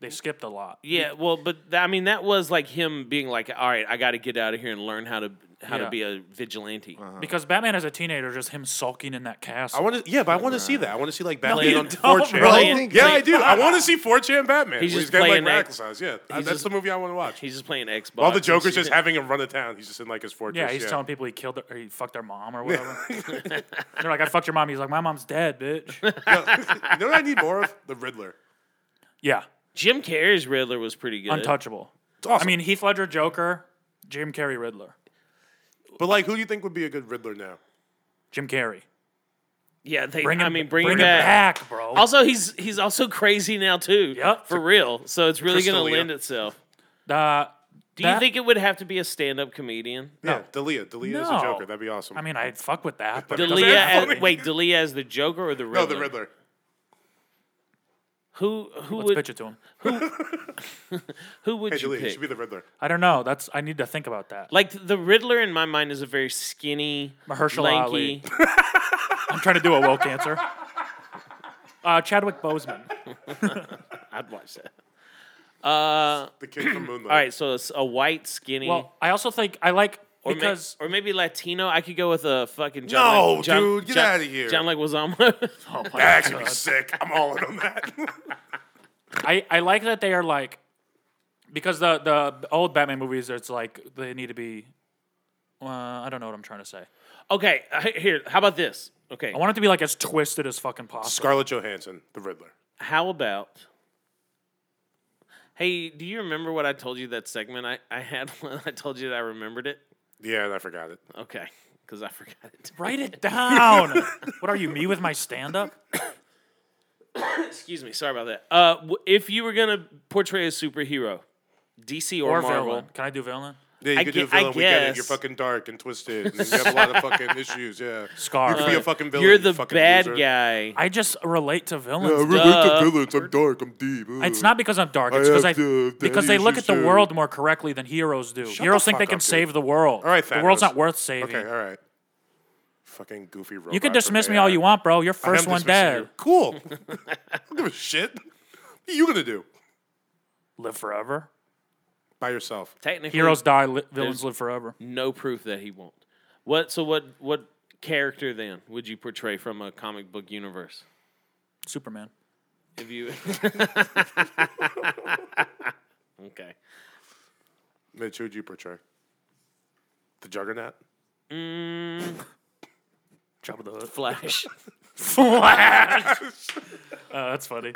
S2: They skipped a lot.
S1: Yeah, well, but th- I mean that was like him being like, "All right, I got to get out of here and learn how to how
S2: Yeah.
S1: to be a vigilante."
S2: Because Batman as a teenager, just him sulking in that castle.
S3: Uh-huh. I want to, yeah, but I want to see that. I want to see like Batman
S2: you
S3: on
S2: don't,
S3: 4chan.
S2: bro.
S5: I think
S3: Yeah, I do. I want to see 4chan Batman.
S1: He's
S3: where
S1: just
S3: got,
S1: playing
S3: like
S1: that-
S3: radicalized. Yeah, I-
S1: he's
S3: that's
S1: just- Oh,
S3: the movie I want to watch.
S1: He's just playing Xbox.
S3: While the
S1: and
S3: Joker's
S1: shit.
S3: just having him run a town, he's just in like his fortress.
S2: yeah, he's telling people he killed her, or he fucked their mom or whatever. they're like, I fucked your mom. He's like, my mom's dead, bitch.
S3: you know what I need more of? The Riddler.
S2: yeah,
S1: Jim Carrey's Riddler was pretty good.
S2: untouchable. I
S3: awesome.
S2: mean, Heath Ledger, Joker, Jim Carrey, Riddler,
S3: But like, who do you think would be a good Riddler now?
S2: Jim Carrey.
S1: Yeah, they.
S2: Bring him,
S1: I mean, bring,
S2: bring
S1: him back.
S2: back, bro.
S1: Also, he's he's also crazy now too.
S2: Yep.
S1: for real. So it's really going
S3: Crystalia.
S1: to lend itself.
S2: Uh,
S1: Do you think it would have to be a stand-up comedian?
S3: Yeah, Dalia. Dalia is
S2: No.
S3: a Joker. That'd be awesome.
S2: I mean, I'd fuck with that. But it
S1: Dalia,
S2: doesn't-
S1: as, wait, Dalia as the Joker or the
S3: no,
S1: Riddler?
S3: the Riddler.
S1: Who who
S2: Let's
S1: would
S2: pitch it to him.
S1: who would
S3: Hey,
S1: you
S3: Dalia, it
S1: pick?
S3: should be the Riddler.
S2: I don't know. That's I need to think about that.
S1: Like the Riddler in my mind is a very skinny,
S2: Mahershala
S1: lanky.
S2: I'm trying to do a woke answer. Uh, Chadwick Boseman.
S1: I'd watch that.
S3: The kid from Moonlight.
S1: All right, so it's a white skinny,
S2: Well, I also think I like
S1: or, ma-
S2: because
S1: or maybe Latino. I could go with a fucking John.
S3: No,
S1: Leg- John-
S3: dude, get
S1: John-
S3: outta here.
S1: John Leguizamo.
S3: That could be sick. I'm all in on that.
S2: I, I like that they are like because the the old Batman movies it's like they need to be. Uh, I don't know what I'm trying to say.
S1: okay, uh, h- here. How about this? Okay,
S2: I want it to be like as twisted as fucking possible.
S3: Scarlett Johansson, the Riddler.
S1: how about? Hey, do you remember what I told you that segment I I had? When I told you that I remembered it.
S3: Yeah, and I forgot it.
S1: Okay, because I forgot it.
S2: Write it down. what are you, me with my stand up?
S1: Excuse me. Sorry about that. Uh, w- if you were gonna portray a superhero, DC or,
S2: Or
S1: Marvel,
S2: villain? Can I do villain?
S3: Yeah, you
S1: I
S3: could
S1: ge-
S3: do a
S1: I
S3: villain. We get it. You're
S1: guess.
S3: fucking dark and twisted. And you have a lot of fucking issues. Yeah.
S2: Scar. Uh,
S3: You could be a fucking villain.
S1: You're
S3: you
S1: the
S3: fucking
S1: bad
S3: loser.
S1: guy.
S2: I just relate to
S3: Yeah, I
S2: villains.
S3: relate to
S1: Duh.
S3: villains. I'm dark. I'm deep. Ugh.
S2: It's not because I'm dark.
S3: I
S2: It's because I
S3: have to- daddy
S2: because they look at
S3: issues
S2: the
S3: too.
S2: world more correctly than heroes do.
S3: the
S2: heroes think they
S3: fuck
S2: can
S3: up, dude.
S2: save the world.
S3: All right,
S2: the world's
S3: Thanos.
S2: not worth saving.
S3: Okay, all right. Fucking goofy robot.
S2: You can dismiss
S3: from
S2: me all
S3: AI.
S2: you want, bro. You're
S3: I am
S2: first one
S3: dismissing
S2: dead.
S3: you. Cool. I don't give a shit. What are you gonna do
S2: Live forever.
S3: by yourself?
S1: Technically,
S2: Heroes die. Li- villains
S1: There's-
S2: live forever.
S1: no proof that he won't. What? So what? What character then would you portray from a comic book universe?
S2: Superman.
S1: If you. okay.
S3: Mitch, who'd you portray? The Juggernaut.
S2: Job of the hood.
S1: Flash.
S2: Flash. Uh, that's funny.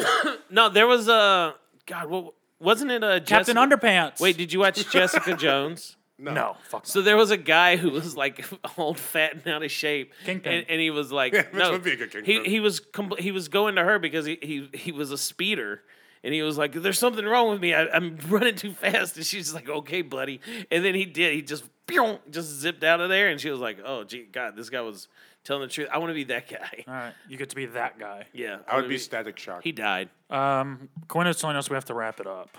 S1: no, there was a God. What wasn't it? A
S2: Captain
S1: Jessica-
S2: Underpants.
S1: Wait, did you watch Jessica Jones?
S2: no. fuck.
S1: So there was a guy who was like old, fat, and out of shape,
S2: Kingpin.
S1: And, and he was like,
S3: Yeah, which
S1: no,
S3: would be a good
S1: he
S3: kingpin.
S1: he was compl- he was going to her because he, he he was a speeder, and he was like, "There's something wrong with me. I, I'm running too fast." And she's like, "Okay, buddy." And then he did. He just pew, just zipped out of there, and she was like, "Oh, gee, God, this guy was telling the truth. I want to be that guy."
S2: All right, you get to be that guy.
S1: Yeah,
S3: I
S1: wanna
S3: would be Static Shock.
S1: He died.
S2: Um, Quinn is telling us we have to wrap it up.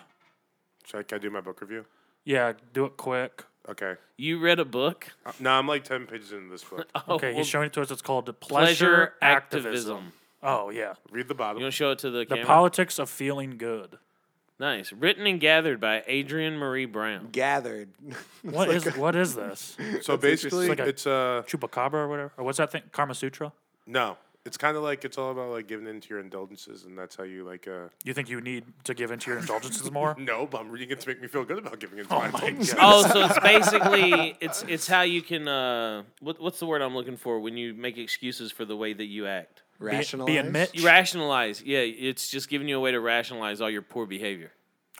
S3: Should I, can I do my book review?
S2: Yeah, do it quick.
S3: Okay.
S1: You read a book?
S3: Uh, no, I'm like ten pages into this book.
S1: Oh,
S2: Okay,
S1: well,
S2: he's showing it to us. It's called the
S1: pleasure
S2: pleasure, activism.
S1: activism.
S2: Oh yeah,
S3: Read the
S1: You
S3: bottom.
S1: want to show it to the,
S2: the
S1: camera?
S2: politics of feeling good.
S1: nice. Written and gathered by Adrian Marie Brown.
S5: Gathered.
S2: What is what is this?
S3: So basically,
S2: It's like a-
S3: it's uh
S2: Chupacabra or whatever? Or what's that thing? Karma Sutra?
S3: no. It's kind of like it's all about like giving in to your indulgences, and that's how you like. uh
S2: You think you need to give into your indulgences more?
S3: No, but I'm reading it to make me feel good about giving in to my indulgences.
S1: Oh, so it's basically it's it's how you can uh what, what's the word I'm looking for when you make excuses for the way that you act?
S2: Be-
S5: Rationalized.
S2: Be, admit.
S1: You rationalize. Yeah, it's just giving you a way to rationalize all your poor behavior.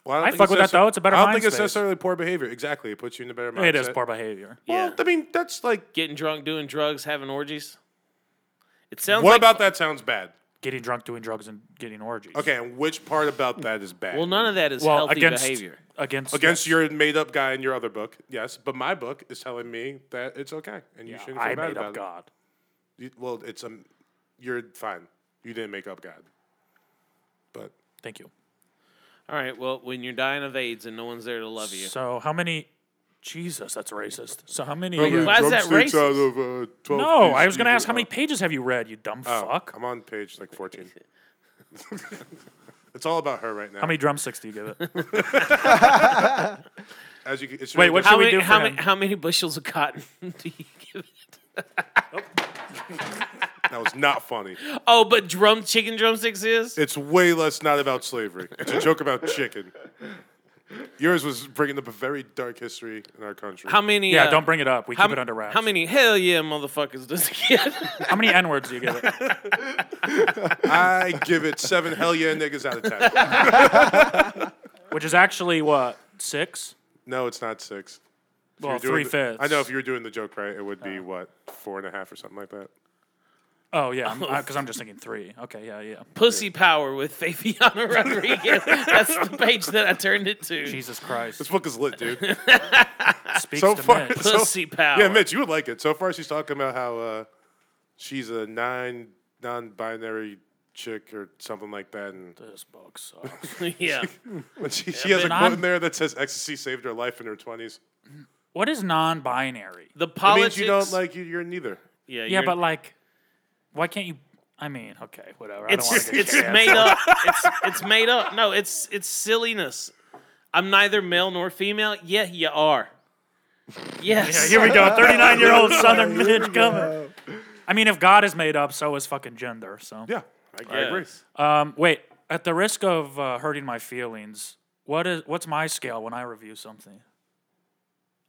S3: Well,
S2: I
S3: don't think
S2: fuck with that,
S3: necessar-
S2: though. It's a better
S3: I don't
S2: mind
S3: think it's
S2: space.
S3: necessarily poor behavior. Exactly, it puts you in a better mindset.
S2: it is poor behavior.
S3: Well,
S1: Yeah.
S3: I mean, that's like.
S1: Getting drunk, doing drugs, having orgies. It sounds
S3: What
S1: like
S3: about that sounds bad?
S2: Getting drunk, doing drugs, and getting orgies.
S3: Okay, and which part about that is bad?
S1: Well, none of that is
S2: Well,
S1: healthy
S2: against
S1: behavior.
S2: against
S3: Against
S2: yes.
S3: your made-up guy in your other book, yes, but my book is telling me that it's okay and you shouldn't feel
S2: I
S3: bad
S2: made
S3: about
S2: up
S3: it.
S2: God.
S3: You- well, it's um, you're fine. You didn't make up God, but
S2: Thank you.
S1: All right, well, when you're dying of AIDS and no one's there to love you.
S2: So how many? Jesus, that's racist. So how many?
S1: yeah. Why is that
S3: Drumsticks
S1: racist?
S3: out of, uh, 12
S2: No,
S3: piece
S2: I was gonna
S3: eater-
S2: ask how many
S3: oh,
S2: pages have you read? You dumb
S3: oh,
S2: fuck.
S3: I'm on page like 14. it's all about her right now.
S2: How many drumsticks do you give it?
S3: As you, can- it should
S2: Wait,
S3: be-
S2: what
S1: How
S2: should we
S1: many,
S2: do for
S1: how,
S2: him?
S1: many, how many bushels of cotton do you give it?
S3: That was not funny.
S1: Oh, but drum chicken drumsticks is?
S3: It's way less not about slavery. It's a joke about chicken. Yours was bringing up a very dark history in our country.
S1: How many?
S2: yeah,
S1: uh,
S2: don't bring it up. We
S1: how,
S2: keep it under wraps.
S1: How many hell yeah motherfuckers does it get?
S2: How many n words do you give it?
S3: I give it seven hell yeah niggas out of ten.
S2: Which is actually what six?
S3: No, it's not six. If you
S2: Well,
S3: were doing
S2: three
S3: the-
S2: fifths.
S3: I know if you were doing the joke right, it would be what four and a half or something like that.
S2: Oh yeah, because I'm just thinking three. Okay, yeah, yeah.
S1: Pussy Power with Fabiana Rodriguez. That's the page that I turned it to.
S2: Jesus Christ.
S3: This book is lit, dude.
S2: Speaks
S3: so
S2: to
S3: far-
S2: Mitch.
S3: so-
S1: Pussy Power.
S3: yeah, Mitch, you would like it. So far, she's talking about how uh, she's a nine non-binary chick or something like that, and
S2: This book sucks.
S1: yeah.
S3: but she, she has a
S2: but
S3: quote
S2: I'm-
S3: in there that says ecstasy saved her life in her twenties.
S2: What is non-binary?
S1: The
S3: It
S1: politics.
S3: means you don't like you, you're neither.
S1: Yeah,
S2: Yeah,
S1: you're-
S2: but like, why can't you? I mean, okay, whatever. I don't
S1: it's
S2: want to get
S1: it's
S2: canceled.
S1: made up. It's it's made up. No, it's it's silliness. I'm neither male nor female. Yeah, you are. Yes.
S2: Here we go. 39 year old Southern bitch coming. I mean, if God is made up, so is fucking gender. So,
S3: Yeah, I, I agree.
S1: Yes.
S2: um, wait. At the risk of uh, hurting my feelings, what is what's my scale when I review something?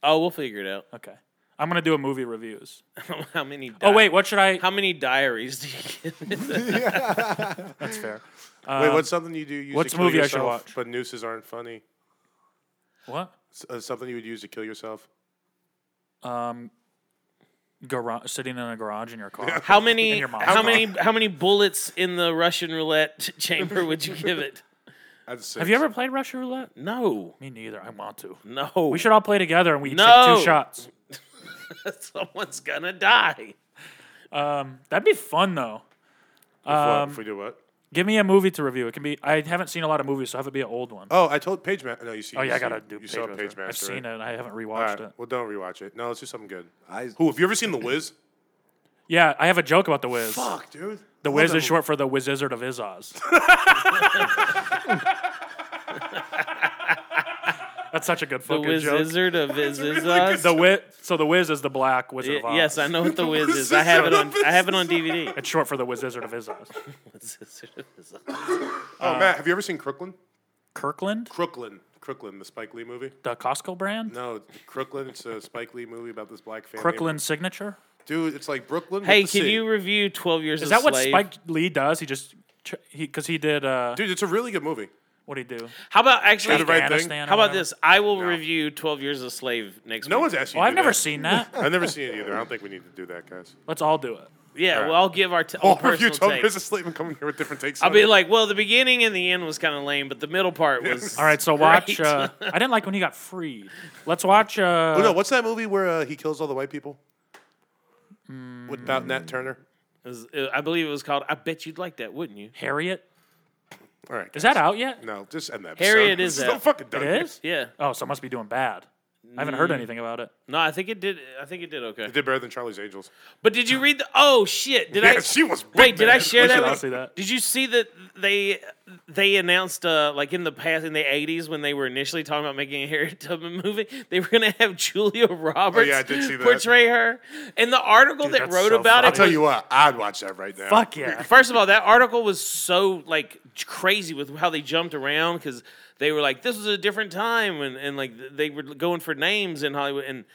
S1: Oh, we'll figure it out.
S2: Okay, I'm gonna do a movie reviews.
S1: How many? Di-
S2: Oh wait, what should I?
S1: How many diaries do you get?
S2: That's fair.
S3: Wait, what's something you do? Use
S2: um, what's
S3: to
S2: a
S3: kill
S2: movie I should
S3: yourself,
S2: watch?
S3: But nooses aren't funny.
S2: What?
S3: S- uh, something you would use to kill yourself.
S2: Um, garage sitting in a garage in your car.
S1: How many?
S2: your mom's
S1: How
S2: car.
S1: many? How many bullets in the Russian roulette chamber would you give it?
S3: I'd say
S2: Have you ever played Russian roulette?
S1: No,
S2: Me neither. I want to.
S1: no.
S2: We should all play together and we each
S1: No.
S2: take two shots.
S1: Someone's gonna die.
S2: That'd be fun though.
S3: if, what-
S2: Um,
S3: if we do what?
S2: Give me a movie to review. It can be. I haven't seen a lot of movies, so have it be an old one.
S3: Oh, I told Page Master. No, you see.
S2: Oh
S3: you
S2: yeah, I
S3: see-
S2: gotta do.
S3: You saw
S2: Page
S3: Page
S2: Master.
S3: Master.
S2: I've seen it. and I haven't
S3: All
S2: rewatched
S3: right.
S2: it.
S3: Well, don't rewatch it. No, let's do something good.
S5: I,
S3: Who? Have you ever seen The Wiz?
S2: Yeah, I have a joke about the Wiz.
S3: Fuck, dude.
S2: The Wiz is short for the Wizard of Izzoz. That's such a good
S1: The
S2: fucking
S1: Wiz
S2: joke.
S1: Wizard of Izzaz.
S2: The Wiz. So the Wiz is the Black Wizard of Oz.
S1: Yes, I know what the Wiz
S3: Wiz
S1: is. I have it on.
S3: Wizard of
S1: I have it on DVD.
S2: It's short for the Wizard of Izzoz.
S1: Wizard of Izzaz.
S3: Oh, Matt, have you ever seen Crooklyn?
S2: Kirkland,
S3: Crooklyn. Crooklyn, the Spike Lee movie.
S2: the Costco brand.
S3: No, Crooklyn. It's a Spike Lee movie about this black family.
S2: Kirkland signature.
S3: Dude, it's like Brooklyn.
S1: Hey,
S3: with the
S1: can
S3: C.
S1: you review Twelve Years
S2: Is
S1: a
S2: that what
S1: Slave?
S2: Spike Lee does? He just ch- he because he did uh,
S3: Dude, it's a really good movie.
S2: what did he do?
S1: How about actually?
S3: Try the right thing.
S2: Afghanistan or
S1: How about
S2: whatever?
S1: this? I will review Twelve Years a Slave next.
S3: No
S1: week.
S3: one's asked you.
S2: Well, Oh,
S3: to
S2: I've
S3: do
S2: never
S3: that.
S2: seen that.
S3: I've never seen it either. I don't think we need to do that, guys.
S2: Let's all do it.
S1: Yeah, well, I'll give our t-
S3: Oh,
S1: own
S3: review
S1: personal
S3: Tom
S1: take.
S3: Cruise asleep and coming here with different takes.
S1: I'll
S3: on
S1: be
S3: it.
S1: like, well, the beginning and the end was kind of lame, but the middle part was.
S2: All right, so watch.
S1: Great.
S2: Uh, I didn't like when he got freed. Let's watch. Uh,
S3: Oh, no, what's that movie where uh, he kills all the white people? Without Nat Turner.
S1: It was- uh, I believe it was called. I bet you'd like that, wouldn't you?
S2: Harriet.
S3: All right.
S2: Is that out yet?
S3: No, just end that. Episode.
S1: Harriet
S3: This
S1: is
S3: no
S1: out.
S3: fucking done.
S2: It is.
S1: Yeah.
S2: Oh, so it must be doing bad. I haven't heard anything about it.
S1: No, I think it did. I think it did okay.
S3: It did better than Charlie's Angels.
S1: But did you read the? Oh shit! Did
S3: Yeah,
S1: I?
S3: she was. big,
S1: Wait, did I
S3: man.
S1: share that?
S2: should all
S1: with-
S2: see that.
S1: Did you see that they they announced uh like in the past in the '80s when they were initially talking about making a Harriet Tubman movie, they were gonna have Julia Roberts
S3: I did see that.
S1: portray her. And the article that
S2: that's
S1: wrote
S2: so
S1: about
S2: funny.
S1: it,
S3: I'll tell
S1: was-
S3: you what. I'd watch that right now.
S2: Fuck yeah.
S1: First of all, that article was so like crazy with how they jumped around because they were like, "This was a different time," and and like they were going for names in Hollywood, and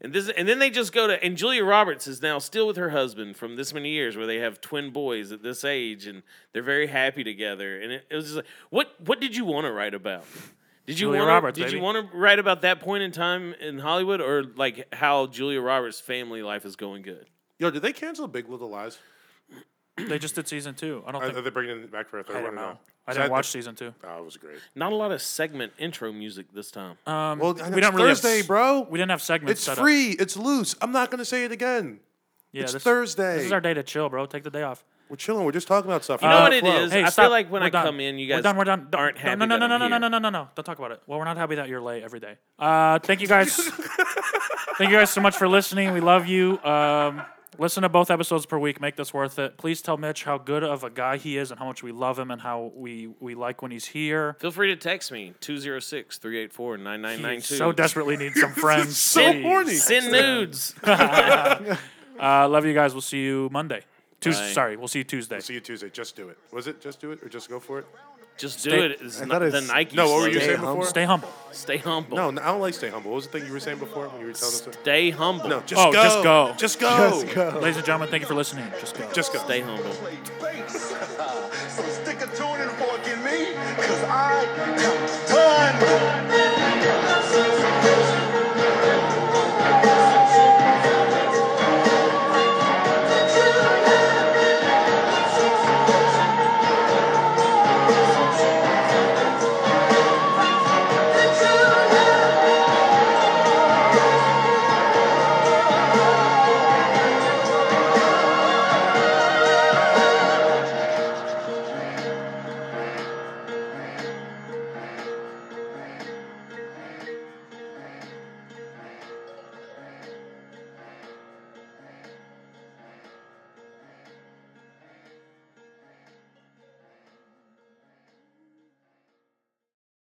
S1: and this and then they just go to and Julia Roberts is now still with her husband from this many years, where they have twin boys at this age, and they're very happy together. And it, it was just like, what what did you want to write about? Did you
S2: Julia
S1: want
S2: Roberts,
S1: Did you
S2: baby.
S1: want to write about that point in time in Hollywood, or like how Julia Roberts' family life is going good?
S3: Yo, did they cancel Big Little Lies?
S2: They just did season two. I don't
S3: Are,
S2: think.
S3: are they bringing it back for a
S2: I
S3: third one
S2: don't
S3: or
S2: know.
S3: not?
S2: I
S3: Is
S2: didn't
S3: that-
S2: watch season two.
S3: Oh, it was great.
S1: Not a lot of segment intro music this time.
S2: Um,
S3: Well,
S2: we don't really have
S3: Thursday,
S2: s-
S3: bro.
S2: We didn't have segments.
S3: it's
S2: set Up.
S3: free. It's loose. I'm not gonna say it again.
S2: Yeah,
S3: it's
S2: this,
S3: Thursday.
S2: This is our day to chill, bro. Take the day off.
S3: We're chilling. We're just talking about stuff. Uh,
S1: You know what it
S3: Flow.
S1: is? I feel
S2: stop.
S1: like when
S2: We're
S1: I
S2: done.
S1: come in, you
S2: we're
S1: guys
S2: done. We're done. Don't-
S1: aren't happy
S2: No, no,
S1: that
S2: no, no,
S1: I'm
S2: no, no,
S1: here.
S2: no, no, no, no. Don't talk about it. Well, we're not happy that you're late every day. Uh, thank you guys. thank you guys so much for listening. We love you. Um, listen to both episodes per week. Make this worth it. Please tell Mitch how good of a guy he is and how much we love him and how we we like when he's here.
S1: Feel free to text me 206 384
S2: He
S1: 9992.
S2: so desperately needs some friends.
S3: so
S2: please.
S3: horny.
S1: Send nudes.
S2: Uh, love you guys. We'll see you Monday. Tuesday.
S1: Bye.
S2: Sorry, we'll see you Tuesday.
S3: See you Tuesday. Just do it. Was it just do it or just go for it?
S1: Just do
S2: Stay-
S1: it. It's
S5: I
S1: not
S5: thought it
S1: the
S5: was-
S1: Nike.
S3: No, what were you
S1: slogan.
S5: Stay
S3: saying
S5: humble.
S3: before?
S1: Stay
S2: Stay humble.
S1: humble.
S3: No, no, I don't like stay humble. What was the thing you were saying before when you were telling us? that?
S1: Stay humble.
S3: No, just
S2: Oh,
S3: go.
S2: just go.
S3: Just go. Just go.
S2: Ladies and gentlemen, thank you for listening. Just go.
S3: Just go.
S1: Stay humble.
S6: play bass. so stick a tune in for me, cause I